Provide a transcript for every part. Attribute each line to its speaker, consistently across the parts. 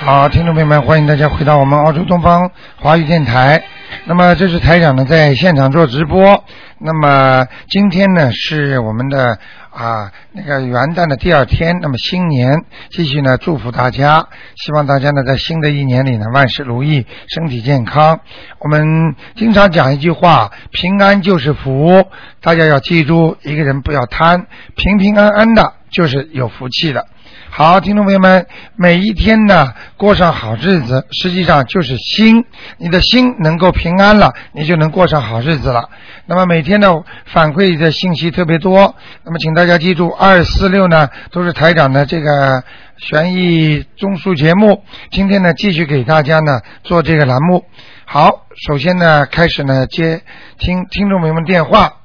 Speaker 1: 好，听众朋友们，欢迎大家回到我们澳洲东方华语电台。那么这是台长呢在现场做直播。那么今天呢是我们的啊那个元旦的第二天，那么新年继续呢祝福大家，希望大家呢在新的一年里呢万事如意，身体健康。我们经常讲一句话，平安就是福，大家要记住，一个人不要贪，平平安安的就是有福气的。好，听众朋友们，每一天呢过上好日子，实际上就是心，你的心能够平安了，你就能过上好日子了。那么每天呢反馈的信息特别多，那么请大家记住，二四六呢都是台长的这个悬疑综述节目。今天呢继续给大家呢做这个栏目。好，首先呢开始呢接听听众朋友们电话。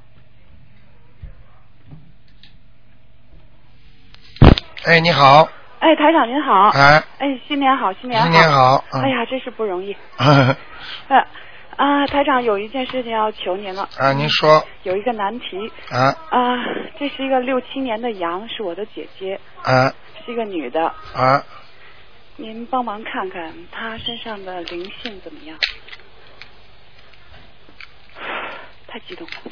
Speaker 1: 哎，你好，
Speaker 2: 哎，台长您好。
Speaker 1: 哎，
Speaker 2: 哎，新年好，新年好。
Speaker 1: 新年好嗯
Speaker 2: 哎呀，真是不容易。
Speaker 1: 啊，
Speaker 2: 呃，啊，台长有一件事情要求您了，
Speaker 1: 您说
Speaker 2: 有一个难题
Speaker 1: 啊
Speaker 2: 啊，这是一个六七年的羊，是我的姐姐，
Speaker 1: 啊
Speaker 2: 是一个女的，
Speaker 1: 啊，
Speaker 2: 您帮忙看看她身上的灵性怎么样？太激动了。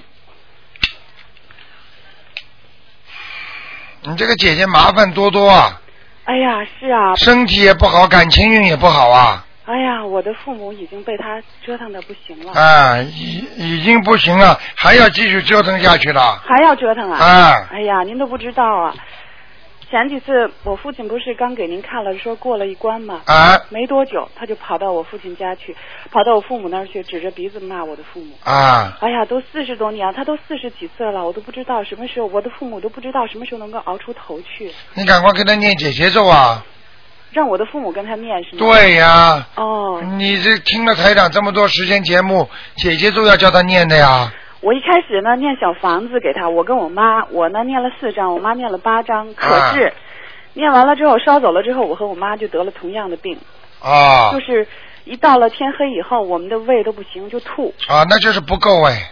Speaker 1: 你这个姐姐麻烦多多啊，
Speaker 2: 哎呀，是啊，
Speaker 1: 身体也不好，感情运也不好啊，
Speaker 2: 哎呀，我的父母已经被她折腾的不行了，
Speaker 1: 啊，已已经不行了，还要继续折腾下去了，
Speaker 2: 还要折腾啊。
Speaker 1: 啊，
Speaker 2: 哎呀，您都不知道啊！前几次我父亲不是刚给您看了，说过了一关吗？
Speaker 1: 啊
Speaker 2: 没多久，他就跑到我父亲家去，跑到我父母那儿去，指着鼻子骂我的父母。
Speaker 1: 啊，
Speaker 2: 哎呀，都四十多年，他都四十几岁了，我都不知道什么时候，我的父母都不知道什么时候能够熬出头去，
Speaker 1: 你赶快给她念姐姐咒啊，
Speaker 2: 让我的父母跟他念是吗？。
Speaker 1: 对呀、
Speaker 2: 哦，
Speaker 1: 你这听了台长这么多时间节目，姐姐咒要叫她念的呀，
Speaker 2: 我一开始呢念小房子给他，我跟我妈，我呢念了四张，我妈念了八
Speaker 1: 啊
Speaker 2: 张，可是、念完了之后烧走了之后，我和我妈就得了同样的病。
Speaker 1: 啊
Speaker 2: 就是一到了天黑以后，我们的胃都不行，就吐，
Speaker 1: 啊，那就是不够哎，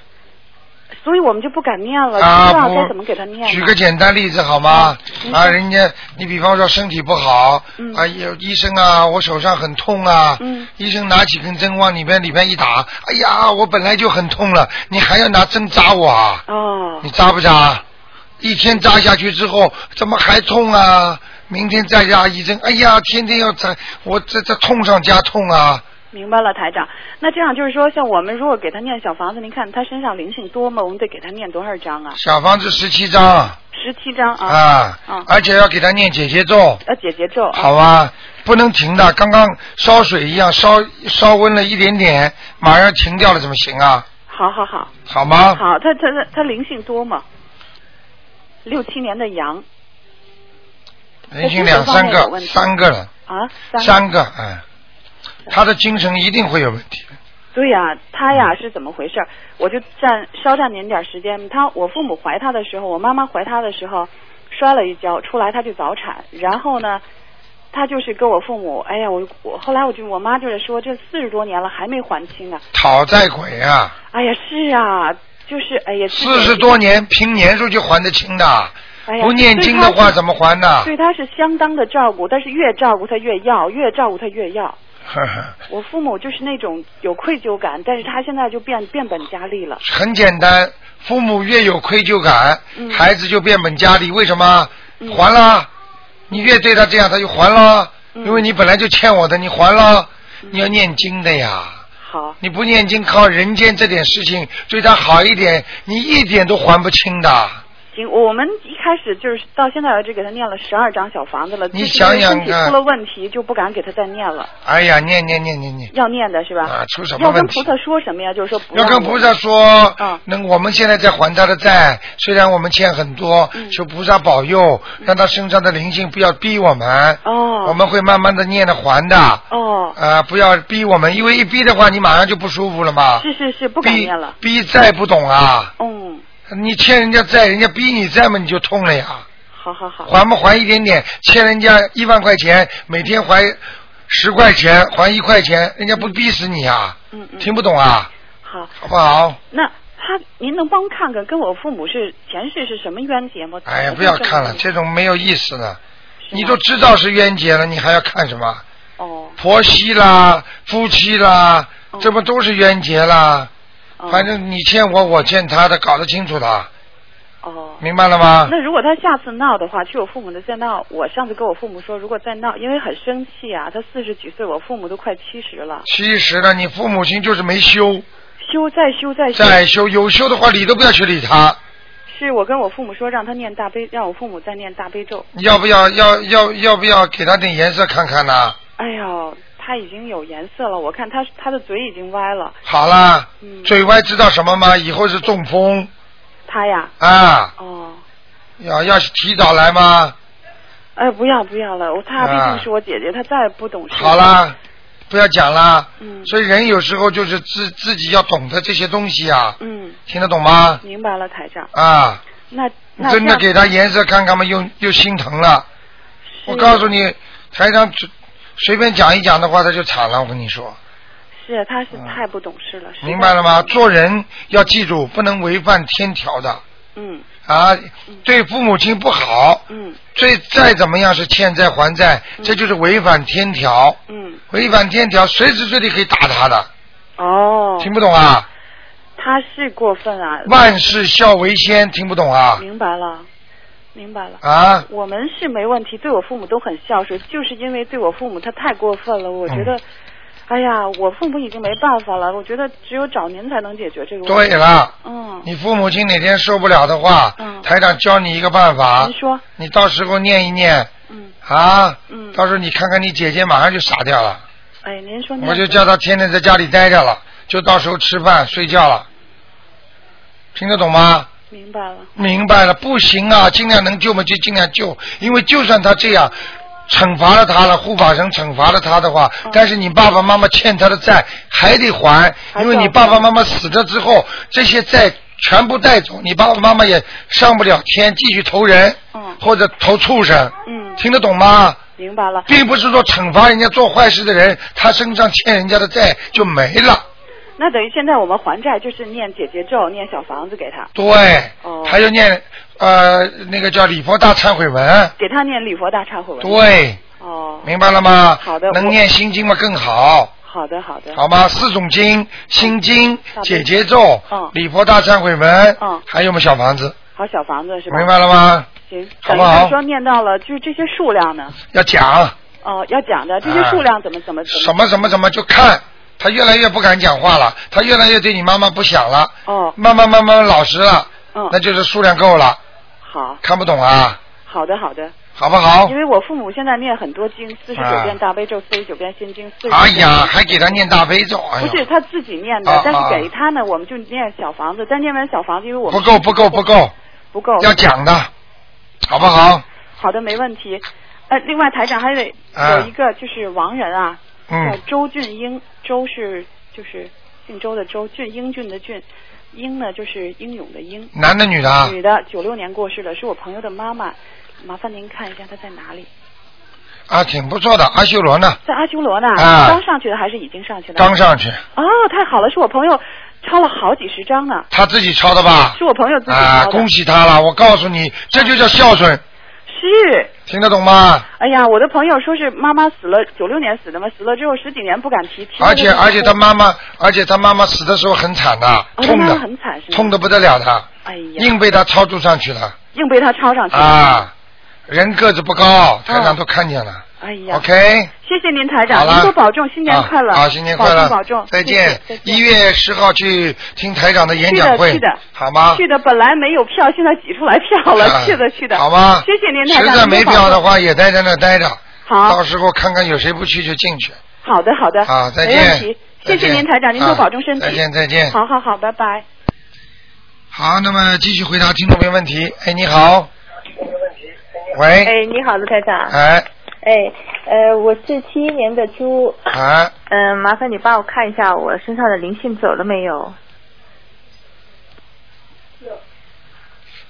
Speaker 2: 所以我们就不敢念了，
Speaker 1: 啊
Speaker 2: 不知道
Speaker 1: 不
Speaker 2: 该怎么给他念了。
Speaker 1: 举个简单例子好吗？啊，人家你比方说身体不好，
Speaker 2: 嗯
Speaker 1: 啊，有医生啊，我手上很痛啊，
Speaker 2: 嗯
Speaker 1: 医生拿起根针往里边里边一打，哎呀，我本来就很痛了，你还要拿针扎我啊？
Speaker 2: 哦
Speaker 1: 你扎不扎？一天扎下去之后，怎么还痛啊？明天再扎一针，哎呀，天天要扎，我这这痛上加痛啊！
Speaker 2: 明白了，台长。那这样就是说，像我们如果给他念小房子，您看他身上灵性多吗？我们得给他念多少章啊？
Speaker 1: 小房子十七
Speaker 2: 哦
Speaker 1: 张
Speaker 2: 十七章啊。
Speaker 1: 啊
Speaker 2: 啊，
Speaker 1: 而且要给他念姐姐咒。
Speaker 2: 呃，姐姐咒啊。
Speaker 1: 好吧，不能停的，刚刚烧水一样烧烧温了一点点，马上停掉了怎么行啊？
Speaker 2: 好好好。
Speaker 1: 好吗？
Speaker 2: 好，他他他他灵性多吗？六七年的羊
Speaker 1: 人性两三
Speaker 2: 这是不是方面有
Speaker 1: 个，
Speaker 2: 问题
Speaker 1: 三个了，
Speaker 2: 啊，
Speaker 1: 三个，哎，他的精神一定会有问题的。
Speaker 2: 对
Speaker 1: 嗯
Speaker 2: 呀、他呀是怎么回事儿？我就占稍占您点儿时间。他我父母怀他的时候，我妈妈怀他的时候摔了一跤，出来他就早产。然后呢，他就是跟我父母，哎呀，我我后来我就我妈就是说，这四十多年了还没还清啊！
Speaker 1: 讨债鬼啊，
Speaker 2: 哎呀，是啊，就是哎呀，
Speaker 1: 四十多，年凭年数就还得清的，
Speaker 2: 哎呀，
Speaker 1: 不念经的话怎
Speaker 2: 么？
Speaker 1: 么啊还呢？
Speaker 2: 对他是相当的照顾，但是越照顾他越要，越照顾他越要。
Speaker 1: 呵呵
Speaker 2: 我父母就是那种有愧疚感，但是他现在就变变本加厉了。
Speaker 1: 很简单，父母越有愧疚感，
Speaker 2: 嗯
Speaker 1: 孩子就变本加厉。为什么？
Speaker 2: 嗯
Speaker 1: 还了，你越对他这样，他就还了，
Speaker 2: 嗯
Speaker 1: 因为你本来就欠我的，你还了，你要念经的呀。
Speaker 2: 好，
Speaker 1: 你不念经，靠人间这点事情对他好一点，你一点都还不清的。
Speaker 2: 行，我们一开始就是到现在为止给他念了十二张小房子了，
Speaker 1: 你
Speaker 2: 就是因
Speaker 1: 想
Speaker 2: 为
Speaker 1: 想
Speaker 2: 身体
Speaker 1: 看
Speaker 2: 出了问题就不敢给他再念了，
Speaker 1: 哎呀，念念念念念，
Speaker 2: 要念的是吧？
Speaker 1: 啊，出什么
Speaker 2: 要跟
Speaker 1: 问题
Speaker 2: 菩？萨说什么呀？就是说不
Speaker 1: 要跟
Speaker 2: 念
Speaker 1: 菩萨说
Speaker 2: 嗯，
Speaker 1: 那我们现在在还他的债，虽然我们欠很多，
Speaker 2: 嗯
Speaker 1: 求菩萨保佑，让他身上的灵性不要逼我们。
Speaker 2: 哦，
Speaker 1: 我们会慢慢的念的还的，
Speaker 2: 哦，
Speaker 1: 呃，不要逼我们，因为一逼的话，你马上就不舒服了嘛。
Speaker 2: 是是是，不敢
Speaker 1: 逼
Speaker 2: 念了。
Speaker 1: 逼债不懂啊，
Speaker 2: 嗯，
Speaker 1: 你欠人家债，人家逼你债嘛，你就痛了呀。
Speaker 2: 好好好，
Speaker 1: 还不还一点点，欠人家一万块钱，每天还十块钱，还一块钱，人家不逼死你啊？
Speaker 2: 嗯嗯，
Speaker 1: 听不懂啊？
Speaker 2: 好。
Speaker 1: 好不好？
Speaker 2: 那他，您能帮看看跟我父母是前世是什么冤结吗？
Speaker 1: 哎呀，
Speaker 2: 怎么
Speaker 1: 不要
Speaker 2: 这么
Speaker 1: 看了，
Speaker 2: 冤
Speaker 1: 这种没有意思的。
Speaker 2: 是
Speaker 1: 你
Speaker 2: 吗
Speaker 1: 都知道是冤结了，你还要看什么？
Speaker 2: 哦
Speaker 1: 婆媳啦、夫妻啦，
Speaker 2: 哦
Speaker 1: 这不都是冤结啦？
Speaker 2: 哦
Speaker 1: 反正你欠我，我欠他的，搞得清楚的，
Speaker 2: 哦。
Speaker 1: 明白了吗？
Speaker 2: 那如果他下次闹的话，去我父母那再闹，我上次跟我父母说，如果再闹，因为很生气啊，他四十几岁，我父母都快七十了，
Speaker 1: 其实呢，你父母亲就是没修，
Speaker 2: 修再修再修，
Speaker 1: 再修有修的话，理都不要去理他。
Speaker 2: 是我跟我父母说让他念大悲，让我父母再念大悲咒。
Speaker 1: 你要不要要要要不要给他点颜色看看呢、
Speaker 2: 哎呦，他已经有颜色了，我看他他的嘴已经歪了。
Speaker 1: 好啦，
Speaker 2: 嗯，
Speaker 1: 嘴歪知道什么吗？以后是中风
Speaker 2: 他呀，
Speaker 1: 啊，
Speaker 2: 哦，
Speaker 1: 要要提早来吗？
Speaker 2: 哎，不要不要了，我他毕
Speaker 1: 啊
Speaker 2: 竟是我姐姐，她再也不懂事。
Speaker 1: 好，啦，不要讲啦。
Speaker 2: 嗯
Speaker 1: 所以人有时候就是自自己要懂得这些东西啊，
Speaker 2: 嗯，
Speaker 1: 听得懂吗？
Speaker 2: 明白了，台长。
Speaker 1: 啊，
Speaker 2: 那那
Speaker 1: 真的
Speaker 2: 这样
Speaker 1: 给他颜色看看嘛，又又心疼了。
Speaker 2: 是
Speaker 1: 我告诉你，台长只随便讲一讲的话，他就惨了。我跟你说，
Speaker 2: 是，他是
Speaker 1: 嗯
Speaker 2: 太不懂事了。实在
Speaker 1: 明白了吗？做人要记住，不能违反天条的
Speaker 2: 嗯
Speaker 1: 啊。对父母亲不好，
Speaker 2: 嗯
Speaker 1: 最再怎么样是欠债还债，这就是违反天条。
Speaker 2: 嗯，
Speaker 1: 违反天条，随时随地可以打他的，
Speaker 2: 哦，
Speaker 1: 听不懂啊？
Speaker 2: 他是过分啊。
Speaker 1: 万事孝为先，听不懂啊？
Speaker 2: 明白了，明白了。
Speaker 1: 啊，
Speaker 2: 我们是没问题，对我父母都很孝顺，就是因为对我父母他太过分了，我
Speaker 1: 嗯
Speaker 2: 觉得，哎呀，我父母已经没办法了，我觉得只有找您才能解决这个问
Speaker 1: 对
Speaker 2: 题。
Speaker 1: 了，
Speaker 2: 嗯，
Speaker 1: 你父母亲哪天受不了的话，
Speaker 2: 嗯
Speaker 1: 台长教你一个办法
Speaker 2: 您，说，
Speaker 1: 你到时候念一念
Speaker 2: 嗯
Speaker 1: 啊，
Speaker 2: 嗯，
Speaker 1: 到时候你看看你姐姐马上就傻掉了，
Speaker 2: 哎，您说您，
Speaker 1: 我就叫她天天在家里待着了，就到时候吃饭睡觉了，听得懂吗？
Speaker 2: 明白了，
Speaker 1: 明白了，不行啊，尽量能救嘛就尽量救，因为就算他这样。惩罚了他了，护法神惩罚了他的话，
Speaker 2: 嗯
Speaker 1: 但是你爸爸妈妈欠他的债还得还，
Speaker 2: 还
Speaker 1: 因为你
Speaker 2: 要
Speaker 1: 爸爸
Speaker 2: 还
Speaker 1: 妈妈死了之后，这些债全部带走，你爸爸妈妈也上不了天，继续投人
Speaker 2: 嗯
Speaker 1: 或者投畜生，
Speaker 2: 嗯，
Speaker 1: 听得懂吗？
Speaker 2: 明白了。
Speaker 1: 并不是说惩罚人家做坏事的人，他身上欠人家的债就没了，
Speaker 2: 那等于现在我们还债就是念姐姐咒，念小房子给他，
Speaker 1: 对，
Speaker 2: 哦
Speaker 1: 还要念呃那个叫礼佛大忏悔文，
Speaker 2: 给他念礼佛大忏悔文。
Speaker 1: 啊对。
Speaker 2: 哦，
Speaker 1: 明白了吗？
Speaker 2: 好的
Speaker 1: 能
Speaker 2: 我
Speaker 1: 念心经嘛更好，
Speaker 2: 好的好的。
Speaker 1: 好吗？四种经：心经、
Speaker 2: 大悲
Speaker 1: 解结咒
Speaker 2: 嗯、
Speaker 1: 礼佛大忏悔文
Speaker 2: 嗯，
Speaker 1: 还有我们小房子，
Speaker 2: 好小房子是吧？
Speaker 1: 明白了吗？
Speaker 2: 行，
Speaker 1: 好
Speaker 2: 等
Speaker 1: 不
Speaker 2: 于
Speaker 1: 好
Speaker 2: 他说念到了，就是这些数量呢，
Speaker 1: 要讲
Speaker 2: 哦，要讲的这
Speaker 1: 啊
Speaker 2: 些数量怎么怎么怎
Speaker 1: 什么什么什么，就看他越来越不敢讲话了，他越来越对你妈妈不想了，
Speaker 2: 哦，
Speaker 1: 慢慢慢慢老实了，
Speaker 2: 嗯
Speaker 1: 那，就是数量够了，
Speaker 2: 好，
Speaker 1: 看不懂啊，
Speaker 2: 好的好的，
Speaker 1: 好不好
Speaker 2: 因？为我父母现在念很多经，四十九
Speaker 1: 啊
Speaker 2: 遍大悲咒，四十九遍心经，四十。
Speaker 1: 哎呀，，还给他念大悲咒，哎
Speaker 2: 不
Speaker 1: 呀，
Speaker 2: 是他自己念
Speaker 1: 啊
Speaker 2: 的，但
Speaker 1: 啊
Speaker 2: 是给他呢，我们就念小房子，但念完小房子，因为我
Speaker 1: 不
Speaker 2: 们
Speaker 1: 够不够不够，
Speaker 2: 不够，
Speaker 1: 要讲的，好不好？
Speaker 2: 好的没问题。呃，另外台长还得
Speaker 1: 啊
Speaker 2: 有一个就是亡人啊，叫
Speaker 1: 嗯，
Speaker 2: 周俊英，周是就是姓周的周，俊英俊的俊，英呢就是英勇的英。
Speaker 1: 男的女的啊？
Speaker 2: 女的，九六年过世的，是我朋友的妈妈。麻烦您看一下她在哪里，
Speaker 1: 啊，挺不错的，阿修罗呢，
Speaker 2: 在阿修罗呢？
Speaker 1: 啊
Speaker 2: 刚上去的还是已经上去了？
Speaker 1: 刚上去，
Speaker 2: 哦，太好了，是我朋友抄了好几十张呢，
Speaker 1: 他自己抄的吧？
Speaker 2: 是我朋友自己
Speaker 1: 啊，
Speaker 2: 抄的。
Speaker 1: 恭喜他了！我告诉你，这就叫孝顺，
Speaker 2: 是，
Speaker 1: 听得懂吗？
Speaker 2: 哎呀，我的朋友说是妈妈死了，九六年死的嘛，死了之后十几年不敢提，提了
Speaker 1: 而且
Speaker 2: 就
Speaker 1: 而且他妈妈，而且他妈妈死的时候很惨的，
Speaker 2: 哦，他
Speaker 1: 痛
Speaker 2: 妈妈
Speaker 1: 的，
Speaker 2: 很惨是吗？
Speaker 1: 痛的不得了的，
Speaker 2: 哎呀，
Speaker 1: 硬被他操作上去了
Speaker 2: 硬被他抄上去了。
Speaker 1: 啊！人个子不高，台长都看见了。
Speaker 2: 哎哦呀
Speaker 1: OK，
Speaker 2: 谢谢您台
Speaker 1: 好
Speaker 2: 长，
Speaker 1: 了
Speaker 2: 您多保重，新年快乐，
Speaker 1: 啊好，新年快乐，
Speaker 2: 保重保重，
Speaker 1: 再
Speaker 2: 谢
Speaker 1: 见
Speaker 2: 谢再。见
Speaker 1: 一月十号去听台长的演讲会
Speaker 2: 去的去的，
Speaker 1: 好吗？
Speaker 2: 去的本来没有票，现在挤出来票了，
Speaker 1: 啊
Speaker 2: 去的去的。
Speaker 1: 好吗？
Speaker 2: 谢谢您，台
Speaker 1: 实
Speaker 2: 长。
Speaker 1: 在没
Speaker 2: 您保重
Speaker 1: 票的。话，也待在那待着。
Speaker 2: 好
Speaker 1: 到，时候看看有谁不去就进去。
Speaker 2: 好的，好的。
Speaker 1: 啊，再
Speaker 2: 没问
Speaker 1: 见
Speaker 2: 题。。谢
Speaker 1: 再
Speaker 2: 谢
Speaker 1: 见
Speaker 2: 您，台长，您多
Speaker 1: 啊
Speaker 2: 保重身体。
Speaker 1: 再见，再见。
Speaker 2: 好好好，拜拜。
Speaker 1: 好，那么继续回答听众朋友问题。哎，你好。喂。
Speaker 3: 哎，你好，卢台长。
Speaker 1: 哎
Speaker 3: 哎，呃，我是七一年的猪，
Speaker 1: 哎，
Speaker 3: 嗯、麻烦你帮我看一下我身上的灵性走了没有？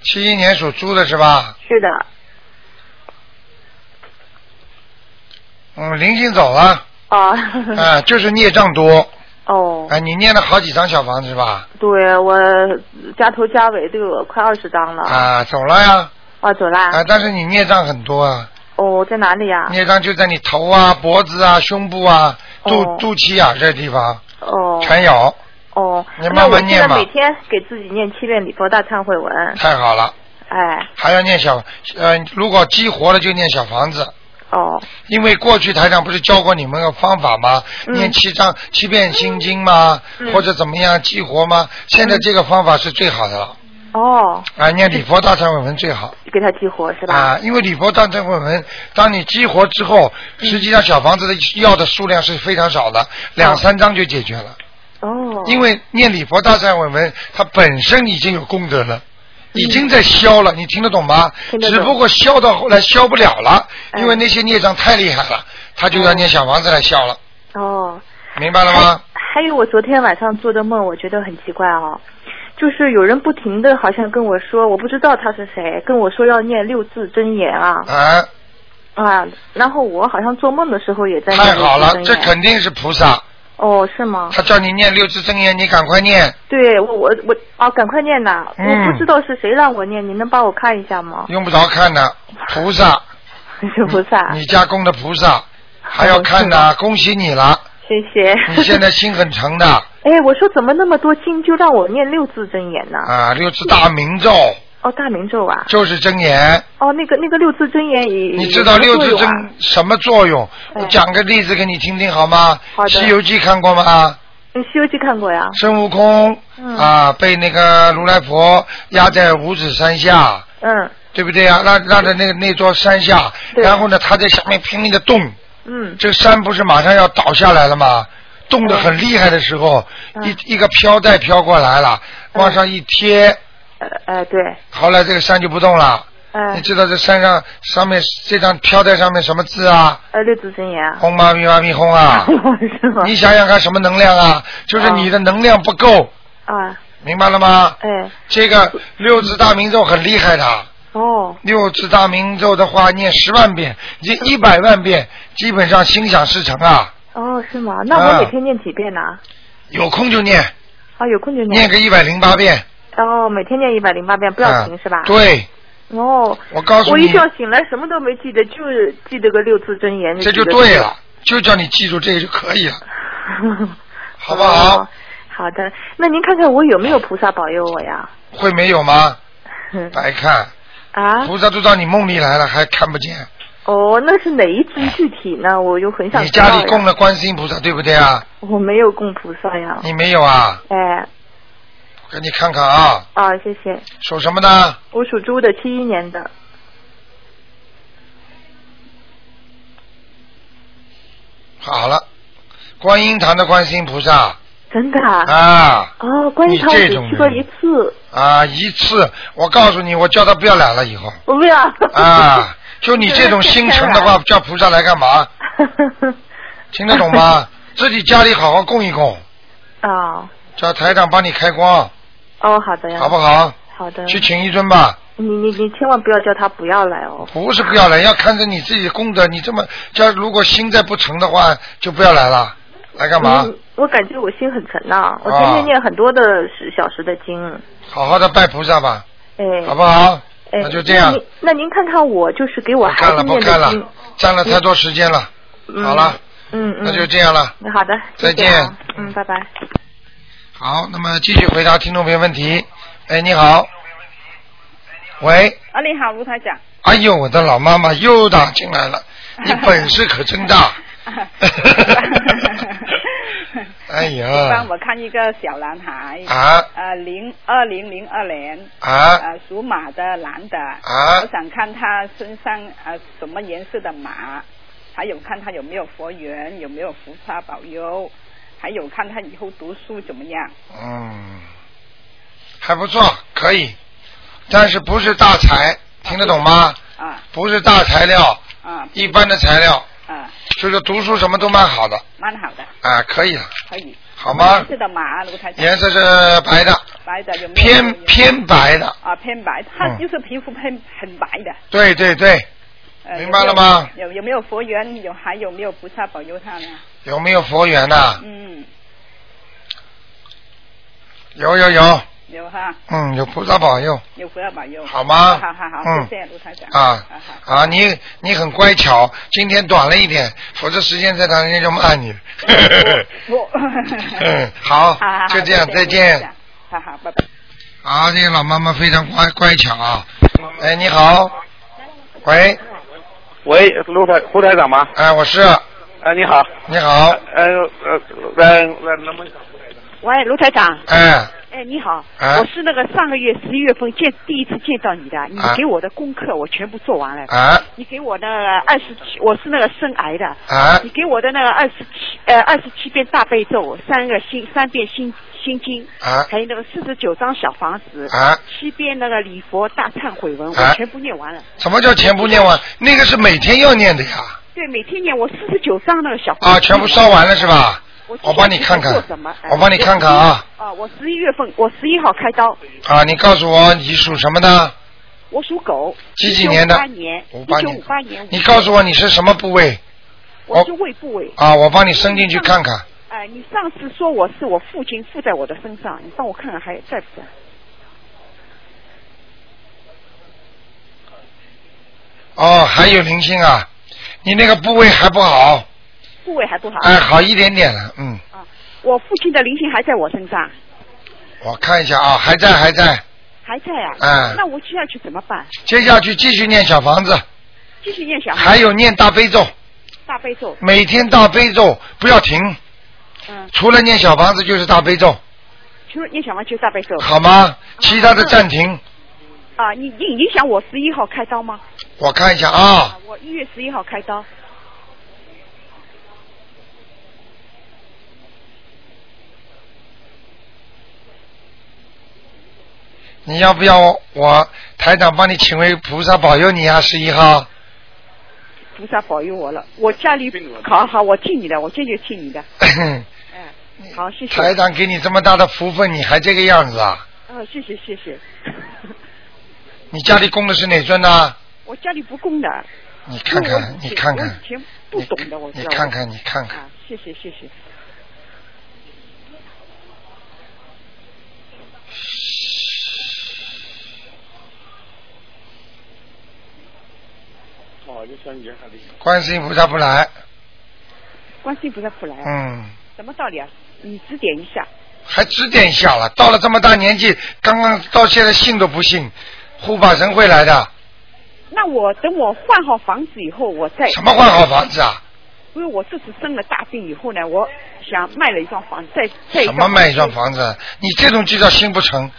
Speaker 1: 七一年属猪的是吧？
Speaker 3: 是的，
Speaker 1: 嗯，灵性走了。
Speaker 3: 哦，
Speaker 2: 嗯
Speaker 1: 啊，就是孽障多。
Speaker 3: 哦，
Speaker 1: 啊，你念了好几张小房子是吧？
Speaker 3: 对我加头加尾都有快二十张了。
Speaker 1: 啊，走了呀。
Speaker 3: 哦，走啦。
Speaker 1: 啊，但是你孽障很多啊。
Speaker 3: 哦，在哪里呀、
Speaker 1: 孽障就在你头啊、脖子啊、胸部啊、肚、
Speaker 3: 嗯哦
Speaker 1: 肚脐啊这地方
Speaker 3: 哦
Speaker 1: 全有，
Speaker 3: 哦，
Speaker 1: 你
Speaker 3: 那
Speaker 1: 慢
Speaker 3: 我
Speaker 1: 慢
Speaker 3: 现
Speaker 1: 念
Speaker 3: 在
Speaker 1: 吧
Speaker 3: 每天给自己念七遍礼佛大忏悔文，
Speaker 1: 太好了。
Speaker 3: 哎，
Speaker 1: 还要念小，呃，如果激活了就念小房子，
Speaker 3: 哦，
Speaker 1: 因为过去台上不是教过你们个方法吗？
Speaker 3: 嗯
Speaker 1: 念七张七遍心经吗？
Speaker 3: 嗯
Speaker 1: 或者怎么样激活吗？现在这个方法是最好的了，
Speaker 3: 哦，
Speaker 1: 啊，念礼佛大忏悔文最好
Speaker 3: 给他激活是吧？
Speaker 1: 啊，因为礼佛大忏悔文，当你激活之后，
Speaker 3: 嗯
Speaker 1: 实际上小房子的要的数量是非常少的，两三张就解决了。
Speaker 3: 哦，
Speaker 1: 因为念礼佛大忏悔文，它本身已经有功德了。已经在消了，你听得懂吗？
Speaker 3: 嗯听得懂
Speaker 1: 只不过消到后来消不了了，
Speaker 3: 哎
Speaker 1: 因为那些孽障太厉害了，他就要念小房子来消了，
Speaker 3: 哦，
Speaker 1: 明白了吗？
Speaker 3: 还有我昨天晚上做的梦，我觉得很奇怪哦，就是有人不停的好像跟我说，我不知道他是谁，跟我说要念六字真言啊
Speaker 1: 啊，
Speaker 3: 啊，然后我好像做梦的时候也在念
Speaker 1: 太好了，
Speaker 3: 六字
Speaker 1: 这
Speaker 3: 真言
Speaker 1: 肯定是菩萨，
Speaker 3: 哎哦是吗？
Speaker 1: 他叫你念六字真言，你赶快念，
Speaker 3: 对我我我啊，赶快念呐！
Speaker 1: 嗯
Speaker 3: 我不知道是谁让我念，你能帮我看一下吗？
Speaker 1: 用不着看的，菩萨，
Speaker 3: 是菩萨，
Speaker 1: 你家供的菩萨，还要看
Speaker 3: 哦
Speaker 1: 的，恭喜你了，
Speaker 3: 谢谢。
Speaker 1: 你现在心很诚的
Speaker 3: 哎，我说怎么那么多经就让我念六字真言呢？
Speaker 1: 啊，六字大明咒
Speaker 3: 哦，大明咒啊！
Speaker 1: 就是真言。
Speaker 3: 哦，那个那个六字真言也
Speaker 1: 你知道六字真
Speaker 3: 啊？
Speaker 1: 什么作用？
Speaker 3: 哎
Speaker 1: 我讲个例子给你听听好吗？
Speaker 3: 好的
Speaker 1: 西游记》看过吗？
Speaker 3: 你《西游记》看过呀？
Speaker 1: 孙悟空、
Speaker 3: 嗯
Speaker 1: 啊，被那个如来佛压在五指山下，
Speaker 3: 嗯
Speaker 1: 对不对啊？那那在那个那座山下，
Speaker 3: 对
Speaker 1: 然后呢，他在下面拼命的动，
Speaker 3: 嗯
Speaker 1: 这个山不是马上要倒下来了吗？动得很厉害的时候，
Speaker 3: 嗯
Speaker 1: 一一个飘带飘过来了，
Speaker 3: 嗯
Speaker 1: 往上一贴，
Speaker 3: 呃呃对，
Speaker 1: 后来这个山就不动了。
Speaker 3: 呃
Speaker 1: 你知道这山上上面这张飘带上面什么字啊？
Speaker 3: 呃六字真言啊？
Speaker 1: 轰妈咪妈咪轰啊！
Speaker 3: 是吗？嗯
Speaker 1: 你想想看，什么能量啊？就是你的能量不够，
Speaker 3: 啊
Speaker 1: 明白了吗？
Speaker 3: 哎
Speaker 1: 这个六字大明咒很厉害的，
Speaker 3: 哦
Speaker 1: 六字大明咒的话，念十万遍，这一百万遍，基本上心想事成啊！
Speaker 3: 哦是吗？那我每
Speaker 1: 啊
Speaker 3: 天念几遍呢？
Speaker 1: 有空就念，
Speaker 3: 啊，有空就
Speaker 1: 念
Speaker 3: 念。
Speaker 1: 个一百零八遍，
Speaker 3: 哦，每天念一百零八遍，不要停
Speaker 1: 嗯
Speaker 3: 是吧？
Speaker 1: 对，
Speaker 3: 哦，
Speaker 1: 我告诉
Speaker 3: 我一
Speaker 1: 你，
Speaker 3: 觉醒来什么都没记得，就是记得个六字真言。
Speaker 1: 这就
Speaker 3: 记得
Speaker 1: 对。了，就叫你记住这个就可以了， 好不
Speaker 3: 哦
Speaker 1: 好？
Speaker 3: 好的，那您看看我有没有菩萨保佑我呀？
Speaker 1: 会没有 吗？白看，
Speaker 3: 嗯啊？
Speaker 1: 菩萨都到你梦里来了，还看不见？
Speaker 3: 哦，那是哪一尊具体呢？我就很想
Speaker 1: 你
Speaker 3: 知道
Speaker 1: 家
Speaker 3: 呀。
Speaker 1: 里供了观世音菩萨，对不对啊？
Speaker 3: 我没有供菩萨呀。
Speaker 1: 你没有啊？
Speaker 3: 哎，
Speaker 1: 我给你看看啊，
Speaker 3: 啊，谢谢。
Speaker 1: 属什么呢？
Speaker 3: 我属猪的，七一年的。
Speaker 1: 好了，观音堂的观世音菩萨
Speaker 3: 真的啊？
Speaker 1: 啊
Speaker 3: 哦，观音堂我
Speaker 1: 你这
Speaker 3: 只
Speaker 1: 种
Speaker 3: 去过
Speaker 1: 人
Speaker 3: 一次，
Speaker 1: 啊！一次，我告诉你，我叫他不要来了以后
Speaker 3: 我不要。
Speaker 1: 啊！就你这种心诚的话，叫菩萨来干嘛？听得懂吗？自己家里好好供一供，
Speaker 3: 啊、
Speaker 1: 叫台长帮你开光，
Speaker 3: 哦，好的呀。
Speaker 1: 好不好？
Speaker 3: 好的。
Speaker 1: 去请一尊吧，
Speaker 3: 你你你千万不要叫他不要来哦。
Speaker 1: 不是不要来，要看着你自己功德。你这么叫，如果心再不诚的话，就不要来了，来干嘛？
Speaker 3: 嗯我感觉我心很沉呐、我
Speaker 1: 啊
Speaker 3: 天天念很多的时小时的经，
Speaker 1: 好好的拜菩萨吧，
Speaker 3: 哎，
Speaker 1: 好不好？
Speaker 3: 哎，
Speaker 1: 那就这样
Speaker 3: 那。您那您看看我，就是给我
Speaker 1: 不
Speaker 3: 孩
Speaker 1: 看
Speaker 3: 子
Speaker 1: 了，不
Speaker 3: 念
Speaker 1: 看
Speaker 3: 的
Speaker 1: 了
Speaker 3: 经，，
Speaker 1: 占了太多时间了。
Speaker 3: 嗯
Speaker 1: 好了，
Speaker 3: 嗯嗯，
Speaker 1: 那就这样了。
Speaker 3: 好的，谢谢
Speaker 1: 再
Speaker 3: 啊
Speaker 1: 见
Speaker 3: 嗯，拜拜。
Speaker 1: 好，那么继续回答听众朋友问题。哎，你好。喂，
Speaker 4: 啊，你好，卢台长。。
Speaker 1: 哎呦，我的老妈妈又打进来了，你本事可真大哎
Speaker 4: 帮
Speaker 1: 呀，
Speaker 4: 我看一个小男孩，
Speaker 1: 啊
Speaker 4: 呃，零二零零二年，
Speaker 1: 啊
Speaker 4: 呃，属马的男的，
Speaker 1: 啊
Speaker 4: 我想看他身上呃什么颜色的马，还有看他有没有佛缘，有没有菩萨保佑，还有看他以后读书怎么样。
Speaker 1: 嗯，还不错，可以，但是不是大材，听得懂吗？
Speaker 4: 啊
Speaker 1: 不是大材料，
Speaker 4: 啊
Speaker 1: 一般的材料，
Speaker 4: 啊，
Speaker 1: 就是读书什么都蛮好的，
Speaker 4: 蛮好的，
Speaker 1: 啊，可以了，
Speaker 4: 可以。
Speaker 1: 好吗
Speaker 4: 颜？色的马，卢台长。
Speaker 1: 颜色是白的，
Speaker 4: 白的有没有
Speaker 1: 偏偏白的，
Speaker 4: 啊偏白，他
Speaker 1: 嗯
Speaker 4: 就是皮肤偏很白的。
Speaker 1: 对对对，
Speaker 4: 呃
Speaker 1: 明白了吗
Speaker 4: 有有有没有佛缘？有还有没有菩萨保佑他呢？
Speaker 1: 有没有佛缘呐、
Speaker 4: 嗯，
Speaker 1: 有有有，
Speaker 4: 有哈，
Speaker 1: 嗯，有菩萨保佑
Speaker 4: 有菩萨保佑。
Speaker 1: 好吗
Speaker 4: 好好好，
Speaker 1: 嗯
Speaker 4: 谢谢卢台长。
Speaker 1: 啊
Speaker 4: 好好
Speaker 1: 啊！你你很乖巧，今天短了一点，否则时间再长，人家就骂 你。
Speaker 4: 我
Speaker 1: 嗯，好
Speaker 4: 好好，好
Speaker 1: 就这样，
Speaker 4: 谢谢
Speaker 1: 再
Speaker 4: 卢台
Speaker 1: 见
Speaker 4: 长。好好，拜拜。
Speaker 1: 好，这个老妈妈非常乖乖巧啊。哎，你好，喂，
Speaker 5: 喂，卢台胡台长吗？
Speaker 1: 哎，我是，
Speaker 5: 啊，你好。
Speaker 1: 你好，
Speaker 5: 呃呃呃，呃能不能？
Speaker 6: 喂，卢台长，
Speaker 1: 哎，
Speaker 6: 哎，你好，
Speaker 1: 哎
Speaker 6: 我是那个上个月十一月份见第一次见到你的，你
Speaker 1: 啊
Speaker 6: 给我的功课我全部做完了，
Speaker 1: 哎
Speaker 6: 你给我那个二十七，我是那个肾癌的，
Speaker 1: 哎
Speaker 6: 你给我的那个二十七呃二十七遍大悲咒，三个心三遍心心经，
Speaker 1: 哎
Speaker 6: 还有那个四十九张小房子，
Speaker 1: 哎，
Speaker 6: 七遍那个礼佛大忏悔文，
Speaker 1: 啊
Speaker 6: 我全部念完了。
Speaker 1: 什么叫全部念完？那个是每天要念的呀。
Speaker 6: 对，每天念我四十九张那个小房子
Speaker 1: 啊，全部烧完了是吧？
Speaker 6: 我知道
Speaker 1: 我帮你看看
Speaker 6: 做什么，哎
Speaker 1: 我帮你看看啊。
Speaker 6: 啊，我十一月份，我十一号开刀，
Speaker 1: 啊，你告诉我你属什么的？
Speaker 6: 我属狗，
Speaker 1: 几几年的
Speaker 6: 八年，
Speaker 1: 五八
Speaker 6: 一九
Speaker 1: 年
Speaker 6: 五八年，
Speaker 1: 你告诉我你是什么部位
Speaker 6: 我是胃部位。
Speaker 1: 啊？我帮你伸进去看看。
Speaker 6: 哎，你上次说我是我父亲附在我的身上，你帮我看看还在不在？
Speaker 1: 哦，还有灵性啊，你那个部位还不好，
Speaker 6: 部位还不好。
Speaker 1: 哎，好一点点了，嗯，
Speaker 6: 我父亲的灵性还在我身上，
Speaker 1: 我看一下啊，还在还在，
Speaker 6: 还在啊。
Speaker 1: 哎
Speaker 6: 那我接下去怎么办？
Speaker 1: 接下去继续念小房子，
Speaker 6: 继续念小
Speaker 1: 还
Speaker 6: 孩
Speaker 1: 有念大悲咒，
Speaker 6: 大悲咒。
Speaker 1: 每天大悲咒不要停，
Speaker 6: 嗯，
Speaker 1: 除了念小房子就是大悲咒，
Speaker 6: 除了念小房就是大悲咒。
Speaker 1: 好吗？其他的暂停，
Speaker 6: 啊，你你影响我十一号开刀吗？
Speaker 1: 我看一下啊，，
Speaker 6: 我一月十一号开刀。
Speaker 1: 你要不要我我台长帮你请位菩萨保佑你啊，十一 号。
Speaker 6: 菩萨保佑我了，我家里好好，我听你的，我坚决听你的。哎，好，谢谢。
Speaker 1: 台长给你这么大的福分，你还这个样子啊？
Speaker 6: 啊，谢谢谢谢。
Speaker 1: 你家里供的是哪尊呢？
Speaker 6: 我家里不供的，
Speaker 1: 你看
Speaker 6: 因为嗯我
Speaker 1: 看，
Speaker 6: 以前
Speaker 1: 你看
Speaker 6: 我
Speaker 1: 看
Speaker 6: 以，前不懂的，我知
Speaker 1: 你
Speaker 6: 道。
Speaker 1: 看看，你看看，
Speaker 6: 啊，谢谢谢谢。
Speaker 5: 哦
Speaker 1: 观世音菩萨不来，
Speaker 6: 观世音菩萨不来啊，
Speaker 1: 嗯，
Speaker 6: 什么道理啊？你指点一下。
Speaker 1: 还指点一下了。到了这么大年纪，刚刚到现在信都不信，护法神会来的。
Speaker 6: 那我等我换好房子以后，我再
Speaker 1: 什么换好房子啊？
Speaker 6: 因为我这次生了大病以后呢，我想卖了一幢房子，再再
Speaker 1: 什么卖一幢房子？啊你这种就叫心不诚。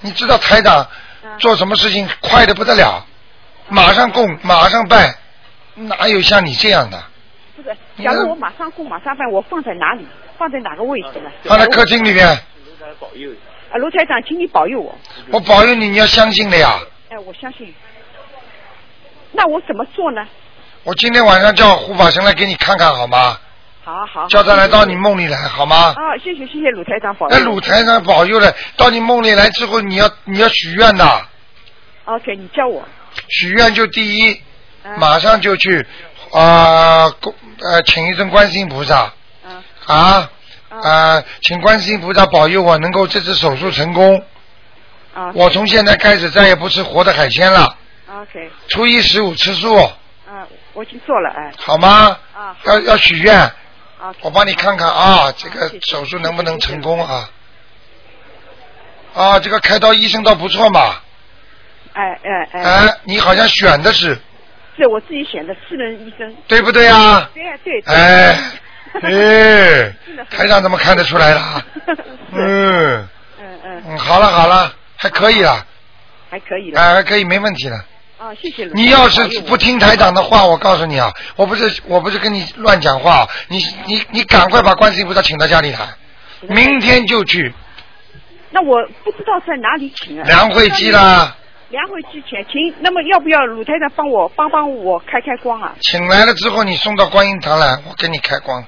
Speaker 1: 你知道台长
Speaker 6: 嗯
Speaker 1: 做什么事情快的不得了，马上供，马上拜，哪有像你这样的？
Speaker 6: 不是？假如我马上供马上办，我放在哪里？放在哪个位置呢？
Speaker 1: 放在客厅里面，
Speaker 6: 嗯啊，卢台长，请你保佑我。
Speaker 1: 我保佑你，你要相信的呀。
Speaker 6: 哎，我相信。那我怎么做呢？
Speaker 1: 我今天晚上叫护法神来给你看看好吗？
Speaker 6: 好好。嗯
Speaker 1: 叫他来到你
Speaker 6: 谢谢
Speaker 1: 梦里来好吗？
Speaker 6: 啊，谢谢谢谢鲁台长保佑。
Speaker 1: 那鲁台长保佑了，到你梦里来之后，你要你要许愿的，
Speaker 6: OK，你教我。
Speaker 1: 许愿就第一，
Speaker 6: 嗯
Speaker 1: 马上就去啊，供呃，请一尊观世音菩萨
Speaker 6: 嗯
Speaker 1: 啊
Speaker 6: 啊
Speaker 1: 啊，请观世音菩萨保佑我能够这次手术成功。
Speaker 6: 啊
Speaker 1: 我从现在开始再也不吃活的海鲜了，
Speaker 6: OK，
Speaker 1: 初一十五吃素，
Speaker 6: 啊，我已经做了哎。
Speaker 1: 好吗？
Speaker 6: 啊
Speaker 1: 要要许愿，
Speaker 6: OK，
Speaker 1: 我帮你看看啊，这个
Speaker 6: 谢谢
Speaker 1: 手术能不能成功啊？啊，这个开刀医生倒不错嘛。
Speaker 6: 哎哎哎，
Speaker 1: 哎，你好像选的是，
Speaker 6: 是我自己选的私人医生。
Speaker 1: 对不对啊？
Speaker 6: 对呀对。对
Speaker 1: 哎， 哎
Speaker 6: 真的，很
Speaker 1: 台长怎么看得出来 了？
Speaker 6: 是
Speaker 1: 嗯
Speaker 6: 嗯嗯，啊
Speaker 1: 嗯，好了好了，还可以了，
Speaker 6: 还可以了。
Speaker 1: 哎，还可以，没问题了。
Speaker 7: 哦
Speaker 6: 啊，谢谢鲁台长
Speaker 1: 你要是
Speaker 6: 保佑我
Speaker 1: 不听台长的话，我告诉你啊，我不是我不是跟你乱讲话，啊你你你赶快把观世音菩萨请到家里来，明天就去
Speaker 6: 那我不知道在哪里请啊。
Speaker 1: 梁慧基啦。
Speaker 6: 梁慧之前请，那么要不要鲁台长帮我帮帮我开开光啊？
Speaker 1: 请来了之后，你送到观音堂来，我给你开光，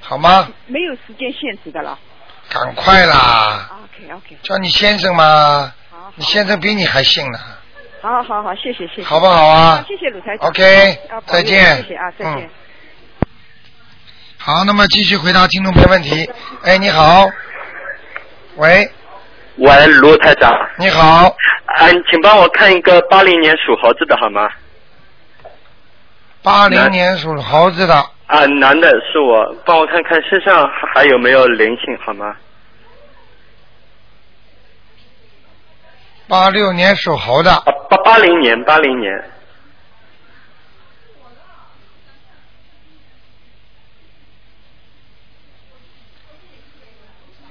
Speaker 1: 好吗？
Speaker 6: 没有时间限制的了。
Speaker 1: 赶快啦！
Speaker 6: OK OK，
Speaker 1: 叫你先生嘛，
Speaker 6: 好
Speaker 1: 你先生比你还信呢，
Speaker 6: 好好好，谢谢谢谢。
Speaker 1: 好不好啊
Speaker 6: 谢谢鲁台长。
Speaker 1: ？OK，
Speaker 6: 啊保佑
Speaker 1: 再见。
Speaker 6: 谢谢啊，再见
Speaker 1: 嗯。。好，那么继续回答听众朋友问题。哎，你好，喂，
Speaker 8: 喂，卢台长。
Speaker 1: 你好，
Speaker 8: 嗯，请帮我看一个八零年属猴子的好吗？
Speaker 1: 八零年属猴子的，
Speaker 8: 啊，男的是我，帮我看看身上还还有没有灵性好吗？
Speaker 1: 八六年属猴的，
Speaker 8: 啊，八八零年，八零年，